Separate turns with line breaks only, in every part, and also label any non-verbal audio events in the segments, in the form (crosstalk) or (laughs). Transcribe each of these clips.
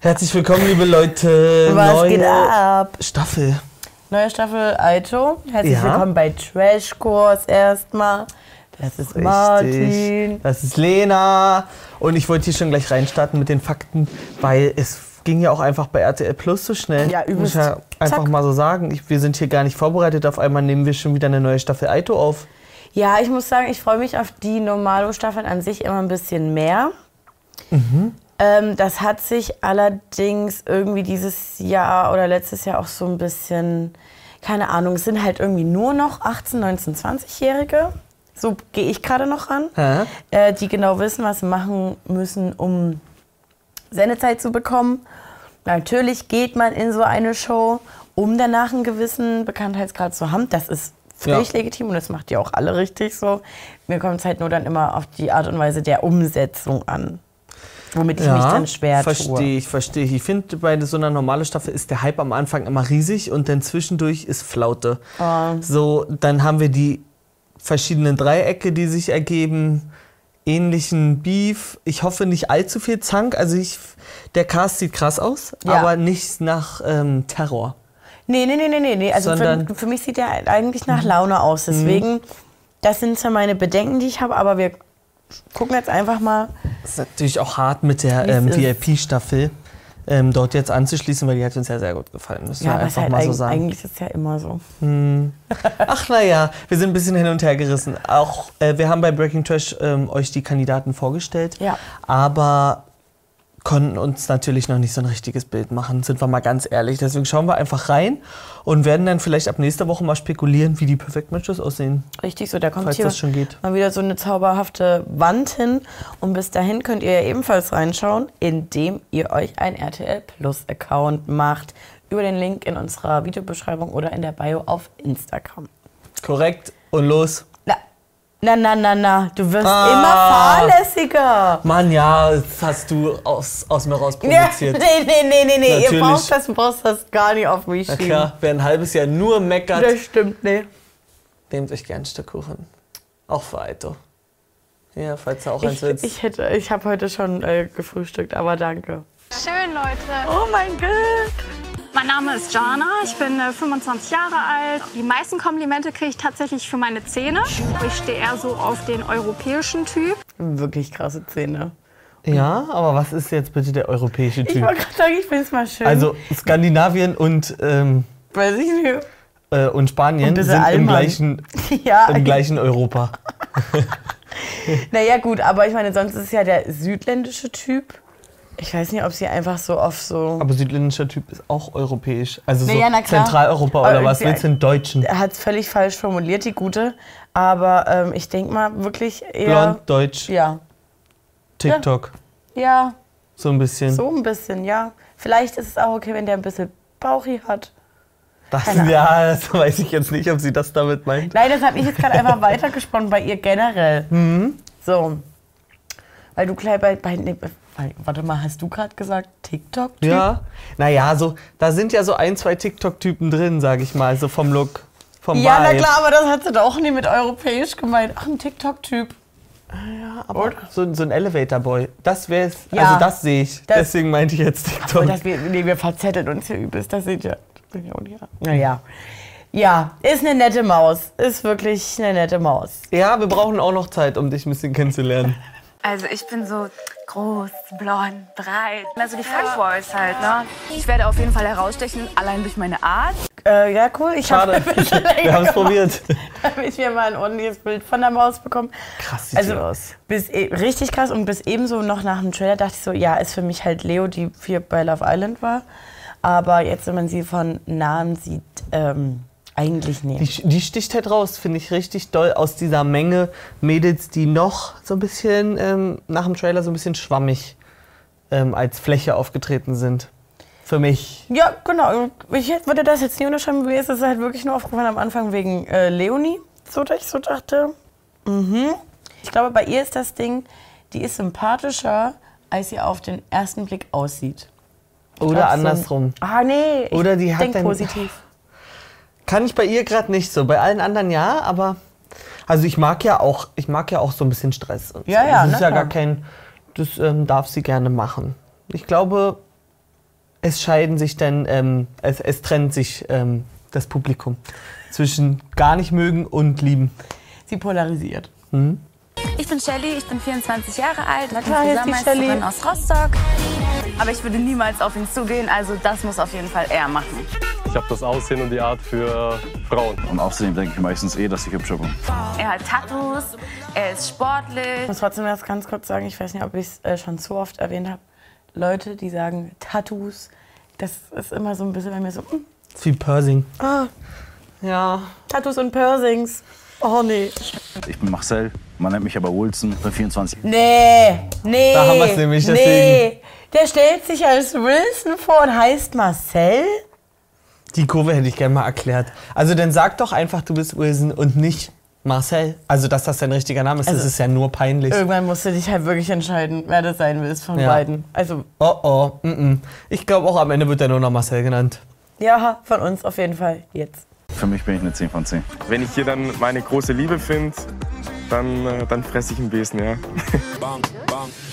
Herzlich willkommen, liebe Leute.
Was
Neue
geht ab?
Staffel.
Neue Staffel Aito. Herzlich
Ja.
willkommen bei Trashkurs erstmal. Das ist Martin.
Das ist Lena. Und ich wollte hier schon gleich reinstarten mit den Fakten, weil es ging ja auch einfach bei RTL Plus so schnell.
Ja, übelst.
Muss ja einfach
Zack.
mal so sagen. Ich, wir sind hier gar nicht vorbereitet. Auf einmal nehmen wir schon wieder eine neue Staffel Aito auf.
Ja, ich muss sagen, ich freue mich auf die Normalo-Staffeln an sich immer ein bisschen mehr. Ähm, das hat sich allerdings irgendwie dieses Jahr oder letztes Jahr auch so ein bisschen, keine Ahnung, es sind halt irgendwie nur noch 18, 19, 20-Jährige. So gehe ich gerade noch ran.
Hä?
äh, die genau wissen, was sie machen müssen, um Sendezeit zu bekommen. Natürlich geht man in so eine Show, um danach einen gewissen Bekanntheitsgrad zu haben. Das ist völlig
Ja.
legitim und das macht ihr auch alle richtig so. Mir kommt es halt nur dann immer auf die Art und Weise der Umsetzung an, womit ich mich dann schwer tue.
Verstehe ich, verstehe ich. Ich finde, bei so einer normalen Staffel ist der Hype am Anfang immer riesig und dann zwischendurch ist
Oh.
Flaute.
Ähm,
So, dann haben wir die verschiedenen Dreiecke, die sich ergeben, ähnlichen Beef. Ich hoffe nicht allzu viel Zank. Also ich, der Cast sieht krass aus,
Ja.
aber nicht nach ähm, Terror.
Nee, nee, nee, nee, nee, nee. Also für,
Sondern- Mhm.
für mich sieht der eigentlich nach Laune aus. Deswegen, das sind zwar meine Bedenken, die ich habe, aber wir gucken jetzt einfach mal.
Das ist natürlich auch hart mit der
Wie es
ähm,
ist.
VIP-Staffel ähm, dort jetzt anzuschließen, weil die hat uns ja sehr gut gefallen. Müssen
Ja,
wir
aber es ist
einfach
halt
mal so
eig-
sagen.
eigentlich ist es ja immer so.
Ach naja, wir sind ein bisschen hin und her gerissen. Auch äh, wir haben bei Breaking Trash ähm, euch die Kandidaten vorgestellt,
Ja.
aber konnten uns natürlich noch nicht so ein richtiges Bild machen, sind wir mal ganz ehrlich. Deswegen schauen wir einfach rein und werden dann vielleicht ab nächster Woche mal spekulieren, wie die Perfect Matches aussehen,
Richtig so, da kommt
falls
hier
das schon geht.
mal wieder so eine zauberhafte Wand hin. Und bis dahin könnt ihr ja ebenfalls reinschauen, indem ihr euch einen RTL Plus Account macht. Über den Link in unserer Videobeschreibung oder in der Bio auf Instagram.
Korrekt und los.
Na, na, na, na, na. du wirst
Ah.
immer fahrlässiger.
Mann, ja, das hast du aus, aus mir raus
Ja, (laughs) nee,
provoziert.
nee, nee, nee, nee. Ihr
Natürlich.
braucht das, braucht das gar nicht auf mich
Na
schieben.
klar, wer ein halbes Jahr nur meckert,
Das stimmt, nee.
nehmt euch gern ein Stück Kuchen. Auch für Aito. Ja, falls er auch eins
Ich,
willst.
ich, hätte- ich habe heute schon äh, gefrühstückt, aber danke.
Schön, Leute.
Oh mein Gott.
Mein Name ist Jana. Ich bin äh, 25 Jahre alt. Die meisten Komplimente kriege ich tatsächlich für meine Zähne. Ich stehe eher so auf den europäischen Typ.
Wirklich krasse Zähne.
Ja, aber was ist jetzt bitte der europäische
Mhm. Ich
Typ?
wollte gerade sagen, ich finde es mal schön.
Also Skandinavien und, ähm,
weiß ich nicht.
äh, und Spanien
Und diese
sind im
Alman.
gleichen,
(laughs) Ja, (laughs)
im gleichen Europa.
naja, gut, aber ich meine, sonst ist ja der südländische Typ. Ich weiß nicht, ob sie einfach so oft so.
Aber südländischer Typ ist auch europäisch. Also so
Nee, ja, na klar.
Zentraleuropa
Aber
oder was
irgendwie
willst du in Deutschen?
Er hat es völlig falsch formuliert, die gute. Aber ähm, ich denke mal wirklich eher.
Blond, Deutsch,
Ja.
TikTok.
Ja,
So ein bisschen.
so ein bisschen, ja. Vielleicht ist es auch okay, wenn der ein bisschen Bauchi hat.
Das,
keine Ahnung.
(laughs) ja, das weiß ich jetzt nicht, ob sie das damit meint.
Nein, das habe ich jetzt gerade einfach weitergesponnen bei ihr generell. So. Weil du gleich bei. bei nee, bei- warte mal, hast du gerade gesagt TikTok-Typ?
Ja. Naja, so, da sind ja so ein, zwei TikTok-Typen drin, sag ich mal, so vom Look. Vom
Ja, na
Vibe.
klar, aber das hat sie doch nie mit europäisch gemeint. Ach, ein Tiktok-Typ.
Aber so, so ein Elevator-Boy. Das wäre
Ja.
Also das sehe ich.
Das-
Deswegen meinte ich jetzt
Und
TikTok.
das, wir, nee, wir verzetteln uns hier übelst. Das seht ihr. Das bin ich auch nicht. Naja. Ja, ist eine nette Maus. Ist wirklich eine nette Maus.
Ja, wir brauchen auch noch Zeit, um dich ein bisschen kennenzulernen.
Also ich bin so groß, blond, breit. Also die Fuckboys halt, ne? Ich werde auf jeden Fall herausstechen, allein durch meine Art.
Äh, ja, cool. Ich (laughs) (laughs) hab-
Schade. Wir haben es probiert.
(laughs) habe ich mir mal ein ordentliches Bild von der Maus bekommen.
Krass sieht
also,
die aus.
Bis, e- richtig krass. Und bis ebenso noch nach dem Trailer dachte ich so, ja, ist für mich halt Leo, die hier bei Love Island war. Aber jetzt, wenn man sie von Nahen sieht, ähm, eigentlich nicht.
Die, die sticht halt raus, finde ich richtig doll aus dieser Menge Mädels, die noch so ein bisschen ähm, nach dem Trailer so ein bisschen schwammig ähm, als Fläche aufgetreten sind. Für mich.
Ja, genau. Ich hätte- würde das jetzt nie unterschreiben. Mir ist es halt wirklich nur aufgefallen am Anfang wegen äh, Leonie, so dass ich so dachte. Mhm. Ich glaube, bei ihr ist das Ding, die ist sympathischer, als sie auf den ersten Blick aussieht.
Oder
Ach so.
andersrum.
Ah, nee. Ich
Oder die hat
denk
dann-
positiv.
Kann ich bei ihr gerade nicht so. Bei allen anderen ja, aber also ich mag ja auch, ich mag ja auch so ein bisschen Stress. Und
Ja,
so.
ja,
Das
na
ist ja
klar.
gar kein, das ähm, darf sie gerne machen. Ich glaube, es scheiden sich dann, ähm, es, es trennt sich ähm, das Publikum zwischen gar nicht mögen und lieben.
Sie polarisiert.
Ich bin Shelly, ich bin 24 Jahre alt, Na
klar,
bin
jetzt die
Zusammenhalterin
Shelly.
aus Rostock. Aber ich würde niemals auf ihn zugehen, also das muss auf jeden Fall er machen.
Ich habe das Aussehen und die Art für Frauen.
Und außerdem denke ich meistens eh, dass ich hübscher bin.
Er hat Tattoos, er ist sportlich.
Ich muss trotzdem erst ganz kurz sagen, ich weiß nicht, ob ich es äh, schon so oft erwähnt habe. Leute, die sagen Tattoos, das ist immer so ein bisschen bei mir so, mm,
Ist wie Persing.
Ah. ja, Tattoos und Pursings. Oh nee.
Ich bin Marcel, man nennt mich aber Wilson, bin 24.
Nee, nee.
Da haben wir's nämlich, deswegen.
Nee. Der stellt sich als Wilson vor und heißt Marcel.
Die Kurve hätte ich gerne mal erklärt. Also dann sag doch einfach, du bist Wilson und nicht Marcel. Also, dass das dein richtiger Name ist,
Also
das ist ja nur peinlich.
Irgendwann musst du dich halt wirklich entscheiden, wer das sein willst von
Ja.
beiden. Also,
Oh oh, mm -mm. ich glaube auch am Ende wird er nur noch Marcel genannt.
ja, von uns auf jeden Fall jetzt.
Für mich bin ich eine 10 von 10.
Wenn ich hier dann meine große Liebe finde, dann, äh, dann fresse ich einen Besen, ja.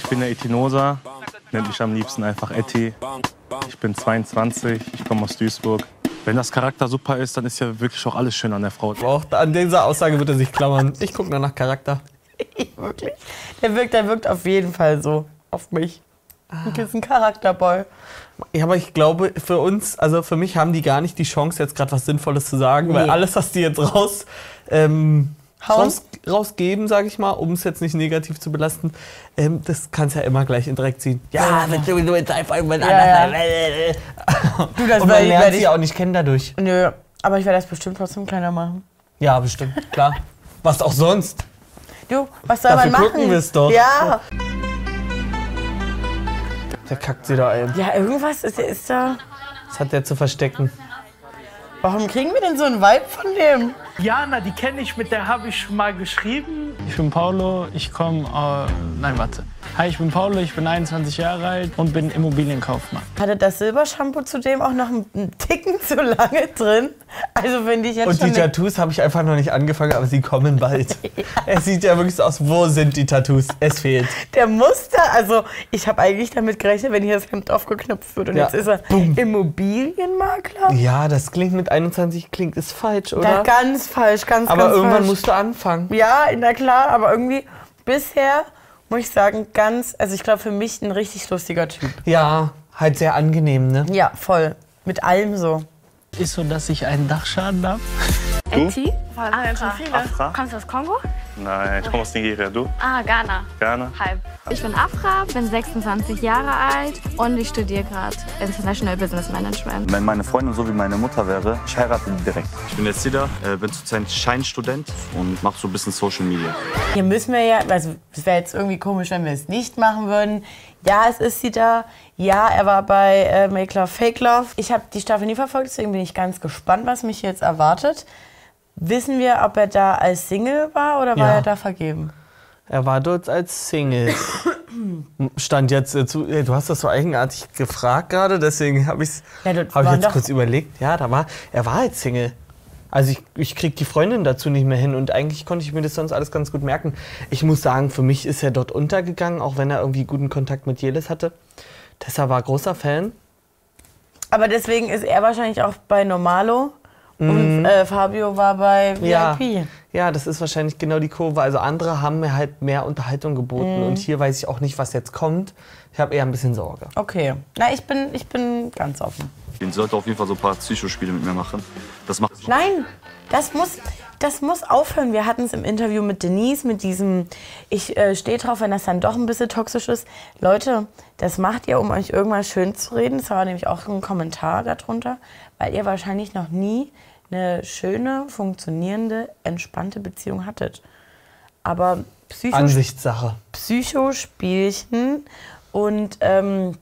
Ich bin der Etinosa, nennt mich am liebsten einfach Etty. Ich bin 22, ich komme aus Duisburg. Wenn das Charakter super ist, dann ist ja wirklich auch alles schön an der Frau.
Auch an dieser Aussage wird er sich klammern. Ich gucke nur nach Charakter.
wirklich. Der wirkt, der wirkt auf jeden Fall so auf mich. Du bist ein Charakterboy.
Ja, aber ich glaube, für uns, also für mich haben die gar nicht die Chance, jetzt gerade was Sinnvolles zu sagen, weil
Nee.
alles, was die jetzt raus, ähm,
Hauen?
raus rausgeben, sage ich mal, um es jetzt nicht negativ zu belasten, ähm, das kannst ja immer gleich in Dreck ziehen. Ja, wenn du, du jetzt einfach irgendwann
ja.
anders
Du, das
Und
werde
man
ich-
lernt
werde
sie
ich-
auch nicht kennen dadurch.
Nö, aber ich werde das bestimmt trotzdem kleiner machen.
Ja, bestimmt, klar. Was auch sonst.
Du, was soll
Dafür
man machen?
gucken wir's doch.
Ja.
Der kackt sie da ein.
Ja, irgendwas ist, ist da.
Was hat der zu verstecken?
Warum kriegen wir denn so einen Vibe von dem?
Jana, die kenne ich, mit der habe ich schon mal geschrieben.
Ich bin Paolo, ich komme. Äh, nein, warte. Hi, ich bin Paolo, ich bin 21 Jahre alt und bin Immobilienkaufmann.
Hatte das Silbershampoo zudem auch noch einen einen Ticken zu lange drin? Also finde ich jetzt
Und
schon.
die
nicht-
Tattoos habe ich einfach noch nicht angefangen, aber sie kommen (laughs) bald. Es sieht ja wirklich so aus, wo sind die Tattoos? Es fehlt.
der musste, also ich habe eigentlich damit gerechnet, wenn hier das Hemd aufgeknöpft wird und
Ja.
jetzt ist er
Boom.
Immobilienmakler.
Ja, das klingt mit 21, klingt ist falsch,
Da
oder?
ganz falsch, ganz,
aber
ganz
irgendwann
falsch.
musst du anfangen.
Ja, na klar, aber irgendwie bisher muss ich sagen, ganz, also ich glaube für mich ein richtig lustiger Typ.
Ja, halt sehr angenehm, ne?
Ja, voll. Mit allem so.
Ist so, dass ich einen Dachschaden habe.
Etty?
Ah, schon viele. Kommst du aus Kongo?
Nein, ich komme aus Nigeria, du?
Ah, Ghana.
Gerne.
Halb.
Ich bin Afra, bin 26 Jahre alt und ich studiere gerade International Business Management.
Wenn meine Freundin so wie meine Mutter wäre, ich heirate die direkt. Ich bin der Zida, äh, bin zurzeit Scheinstudent und mache so ein bisschen Social Media.
Hier müssen wir ja, also es wäre jetzt irgendwie komisch, wenn wir es nicht machen würden. Ja, es ist sie da. Ja, er war bei äh, Make Love Fake Love. Ich habe die Staffel nie verfolgt, deswegen bin ich ganz gespannt, was mich jetzt erwartet. Wissen wir, ob er da als Single war oder war
Ja.
er da vergeben?
Er war dort als
(coughs)
Single. Stand jetzt äh, zu. äh, Du hast das so eigenartig gefragt gerade, deswegen habe ich's,
Ja,
habe
dort
ich
waren
jetzt
doch-
kurz überlegt. Ja, da war. Er war als Single. Also ich, ich krieg die Freundin dazu nicht mehr hin und eigentlich konnte ich mir das sonst alles ganz gut merken. Ich muss sagen, für mich ist er dort untergegangen, auch wenn er irgendwie guten Kontakt mit Jelis hatte. Tessa war großer Fan.
Aber deswegen ist er wahrscheinlich auch bei Normalo und äh, Fabio war bei
Ja.
VIP.
Ja, das ist wahrscheinlich genau die Kurve. Also andere haben mir halt mehr Unterhaltung geboten
Mhm.
und hier weiß ich auch nicht, was jetzt kommt. Ich habe eher ein bisschen Sorge.
Okay. Na, ich bin, ich bin ganz offen.
Den sollte auf jeden Fall so ein paar Psychospiele mit mir machen. Das macht
Nein, das muss, das muss aufhören. Wir hatten es im Interview mit Denise, mit diesem, ich äh, stehe drauf, wenn das dann doch ein bisschen toxisch ist. Leute, das macht ihr, um euch irgendwann schön zu reden. Es war nämlich auch ein Kommentar darunter, weil ihr wahrscheinlich noch nie eine schöne, funktionierende, entspannte Beziehung hattet. Aber Psycho
Ansichtssache.
Psychospielchen und ähm,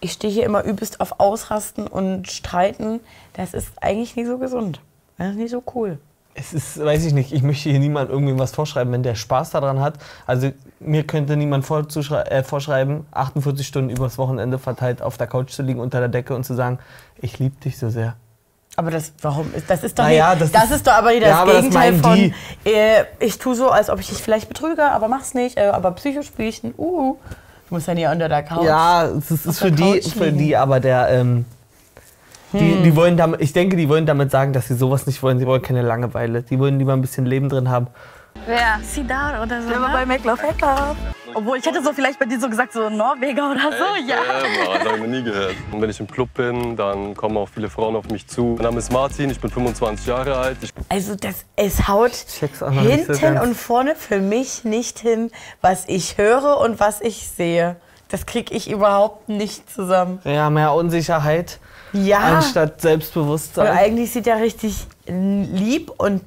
ich stehe hier immer übelst auf Ausrasten und Streiten. Das ist eigentlich nie so gesund. Das ist nicht so cool.
Es ist, weiß ich nicht, ich möchte hier niemand irgendwie was vorschreiben, wenn der Spaß daran hat. Also mir könnte niemand vorzuschrei- äh, vorschreiben, 48 Stunden übers Wochenende verteilt auf der Couch zu liegen, unter der Decke und zu sagen, ich liebe dich so sehr.
Aber das, warum ist das ist doch
Naja,
nicht,
das
das,
ist-
ist, doch aber das
Ja, aber das
Gegenteil
meinen
von
die.
äh, ich tue so, als ob ich dich vielleicht betrüge, aber mach's nicht, äh, aber Psychospielchen, uh. Du musst ja nie unter der Couch.
Ja, es ist,
Auf
ist für
der
die,
Couch
für
liegen.
die, aber der, ähm, die,
Hm.
die wollen damit, ich denke, die wollen damit sagen, dass sie sowas nicht wollen. Sie wollen keine Langeweile. Die wollen lieber ein bisschen Leben drin haben.
Wer? Sidar oder so.
Wenn man bei Make Love Hack Club. Obwohl, ich hätte so vielleicht bei dir so gesagt, so Norweger oder so, ja.
Boah, Ähm, das habe ich noch nie gehört. Und wenn ich im Club bin, dann kommen auch viele Frauen auf mich zu. Mein Name ist Martin, ich bin 25 Jahre alt. Ich
Also das, es haut
auch noch nicht so
hinten
ganz.
und vorne für mich nicht hin, was ich höre und was ich sehe. Das kriege ich überhaupt nicht zusammen.
Ja, mehr Unsicherheit
Ja.
anstatt
Und
Selbstbewusstsein.
eigentlich sieht er richtig n- lieb und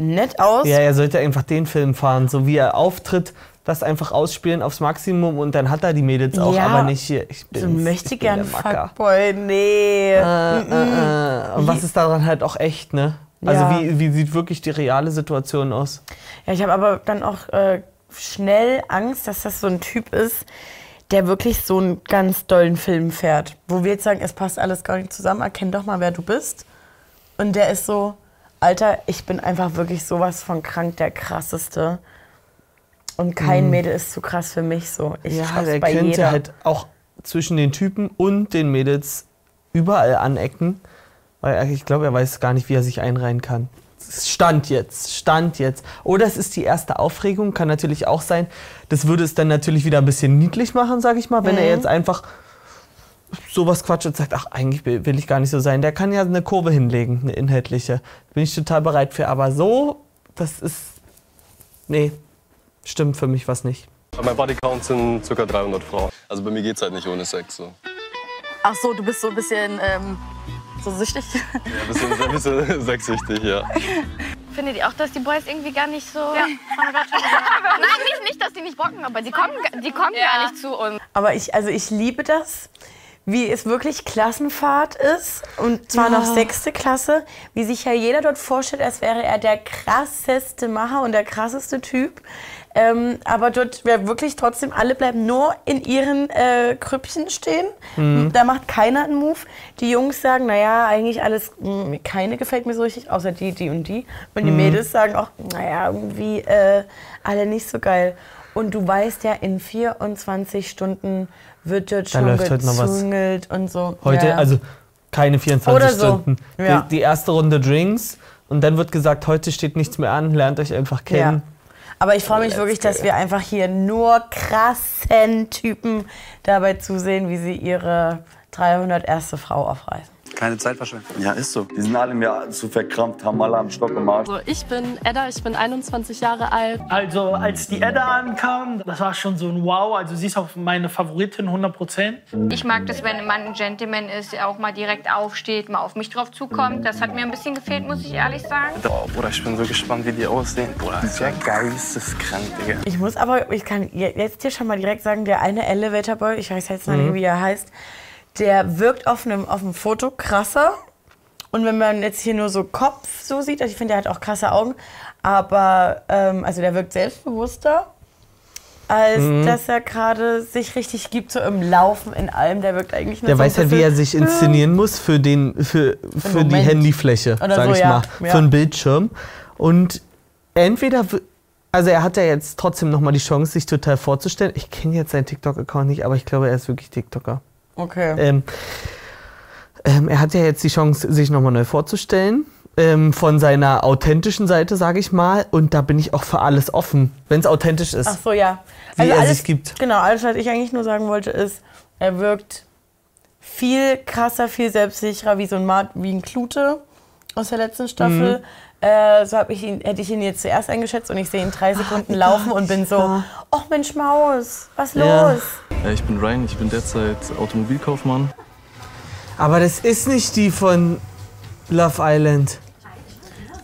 nett aus.
Ja, er sollte einfach den Film fahren, so wie er auftritt, das einfach ausspielen aufs Maximum und dann hat er die Mädels auch,
Ja.
aber nicht hier. Ich bin,
so Also möchte
ich bin
gern
der Macker.
Fuckboy. Nee.
Äh, äh, äh. Und was ist daran halt auch echt, ne? Also
Ja.
wie, wie sieht wirklich die reale Situation aus?
Ja, ich habe aber dann auch äh, schnell Angst, dass das so ein Typ ist, der wirklich so einen ganz dollen Film fährt. Wo wir jetzt sagen, es passt alles gar nicht zusammen, erkenn doch mal, wer du bist. Und der ist so, Alter, ich bin einfach wirklich sowas von krank der krasseste. Und kein
Mhm.
Mädel ist zu krass für mich so. Ich
ja,
schaff's
der
bei
könnte
jeder.
halt auch zwischen den Typen und den Mädels überall anecken, weil er- ich glaube, er weiß gar nicht, wie er sich einreihen kann. Stand jetzt, Stand jetzt. Oder es ist die erste Aufregung, kann natürlich auch sein. Das würde es dann natürlich wieder ein bisschen niedlich machen, sag ich mal, wenn er
Mhm.
jetzt einfach sowas quatscht und sagt, ach, eigentlich will will ich gar nicht so sein. Der kann ja eine Kurve hinlegen, eine inhaltliche. Bin ich total bereit für. Aber so, das ist, nee, stimmt für mich was nicht.
Mein Bodycount sind ca. 300 Frauen. Also bei mir geht's halt nicht ohne Sex. So.
Ach so, du bist so ein bisschen ähm, so süchtig.
Ja, ein bisschen, ein bisschen (laughs) sexsüchtig, ja.
Findet ihr auch, dass die Boys irgendwie gar nicht
(laughs)
so. Nein, nicht, nicht, dass die nicht bocken, aber die kommen, die kommen gar nicht zu uns.
Aber ich, also ich liebe das, wie es wirklich Klassenfahrt ist. Und zwar
Ja.
noch sechste Klasse, wie sich ja jeder dort vorstellt, als wäre er der krasseste Macher und der krasseste Typ. Ähm, aber dort wäre wirklich trotzdem, alle bleiben nur in ihren äh, Krüppchen stehen.
Mhm.
Da macht keiner einen Move. Die Jungs sagen, naja, eigentlich alles, mh, keine gefällt mir so richtig, außer die, die und die. Und die
Mhm.
Mädels sagen auch, naja, irgendwie äh, alle nicht so geil. Und du weißt ja, in 24 Stunden wird dort
Da
schon
läuft heute noch was.
gezüngelt und so.
Heute,
ja.
also keine 24
Oder so,
Stunden.
ja.
Die, die erste Runde Drinks und dann wird gesagt, heute steht nichts mehr an, lernt euch einfach kennen.
Aber ich freue mich wirklich, dass wir einfach hier nur krassen Typen dabei zusehen, wie sie ihre 301. Frau aufreißen.
Keine Zeit verschwenden. Ja, ist so. Die sind alle mir zu verkrampft, haben alle am Stock im
Äh,
Arsch.
Also ich bin Edda, ich bin 21 Jahre alt.
Also, als die Edda ankam, das war schon so ein Wow. Also, sie ist auch meine Favoritin, 100 Prozent.
Ich mag das, wenn ein Mann ein Gentleman ist, der auch mal direkt aufsteht, mal auf mich drauf zukommt. Das hat mir ein bisschen gefehlt, muss ich ehrlich sagen.
Oh, Bruder, ich bin so gespannt, wie die aussehen. Bruder, ist ja geisteskrank, Digga.
Ich muss aber, ich kann je- jetzt dir schon mal direkt sagen, der eine Elevator Boy, ich weiß jetzt noch
Mhm.
nicht, wie er heißt, der wirkt auf einem, auf dem Foto krasser. Und wenn man jetzt hier nur so Kopf so sieht, also ich finde, der hat auch krasse Augen, aber ähm, also der wirkt selbstbewusster, als
Mhm.
dass er gerade sich richtig gibt, so im Laufen, in allem. Der wirkt eigentlich nur
Der
so ein
weiß halt, wie er
bisschen,
sich
äh,
inszenieren muss für, den, für, für die
Moment.
Handyfläche,
Oder
sage
so,
ich
ja.
mal,
Ja.
für einen Bildschirm. Und entweder, w- also er hat ja jetzt trotzdem nochmal die Chance, sich total vorzustellen. Ich kenne jetzt seinen TikTok-Account nicht, aber ich glaube, er ist wirklich TikToker.
Okay.
Ähm, ähm, er hat ja jetzt die Chance, sich nochmal neu vorzustellen. Ähm, von seiner authentischen Seite, sage ich mal. Und da bin ich auch für alles offen, wenn es authentisch ist.
Ach so, ja.
Wie er
alles,
sich gibt.
Genau, alles, was ich eigentlich nur sagen wollte, ist, er wirkt viel krasser, viel selbstsicherer wie so ein Mart, wie ein Klute aus der letzten
Mhm.
Staffel. Äh, so hab ich ihn, hätte ich ihn jetzt zuerst eingeschätzt und ich sehe ihn drei Sekunden laufen und bin so, ach Mensch Maus, was
Ja.
los?
Äh, Ich bin Ryan, ich bin derzeit Automobilkaufmann.
Aber das ist nicht die von Love Island.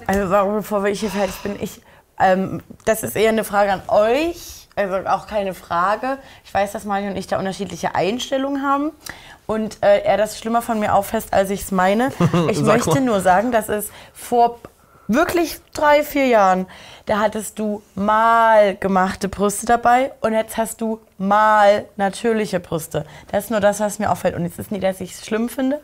Also warum, bevor ich hier fertig bin, ich, ähm, das ist eher eine Frage an euch, also auch keine Frage. Ich weiß, dass Mani und ich da unterschiedliche Einstellungen haben und äh, er das schlimmer von mir auffasst, als ich
(laughs)
es meine. Ich
Sag
möchte
mal.
nur sagen, dass es vor wirklich drei, vier Jahren, da hattest du mal gemachte Brüste dabei und jetzt hast du mal natürliche Brüste. Das ist nur das, was mir auffällt. Und es ist nicht, dass ich es schlimm finde.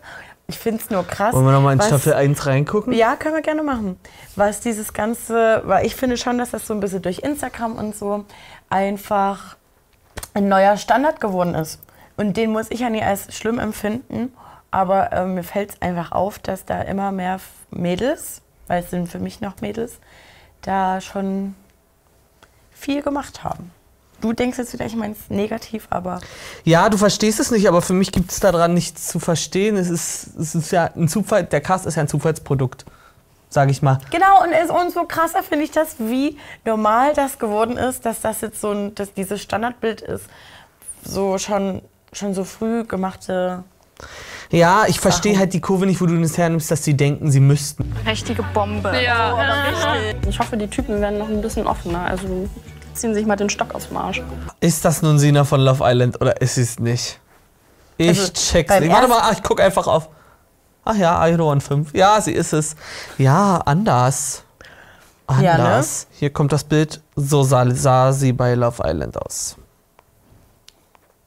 Ich finde es nur krass.
Wollen wir nochmal in
was-
Staffel 1 reingucken?
ja, können wir gerne machen. Was dieses Ganze, weil ich finde schon, dass das so ein bisschen durch Instagram und so einfach ein neuer Standard geworden ist. Und den muss ich ja nie als schlimm empfinden, aber äh, mir fällt es einfach auf, dass da immer mehr F- Mädels, weil es sind für mich noch Mädels, da schon viel gemacht haben. Du denkst jetzt wieder, ich meine es negativ, aber
Ja, du verstehst es nicht, aber für mich gibt es daran nichts zu verstehen. Es ist, es ist ja ein Zufall, der Cast ist ja ein Zufallsprodukt, sage ich mal.
Genau, und, ist, und so krasser finde ich das, wie normal das geworden ist, dass das jetzt so ein, dass dieses Standardbild ist, so schon, schon so früh gemachte.
Ja, ich verstehe halt die Kurve nicht, wo du das hernimmst, dass sie denken, sie müssten.
Richtige Bombe.
Ja.
Oh, aber richtig.
Ich hoffe, die Typen werden noch ein bisschen offener. Also ziehen sich mal den Stock aus dem Arsch.
Ist das nun Sina von Love Island oder ist sie es nicht? Ich
Also,
check's
beim
nicht. Warte
ersten-
mal, ah, ich guck einfach auf. Ach ja, Iron 5. Ja, sie ist es. Ja, anders. Anders.
Ja, ne?
Hier kommt das Bild. So sah, sah sie bei Love Island aus.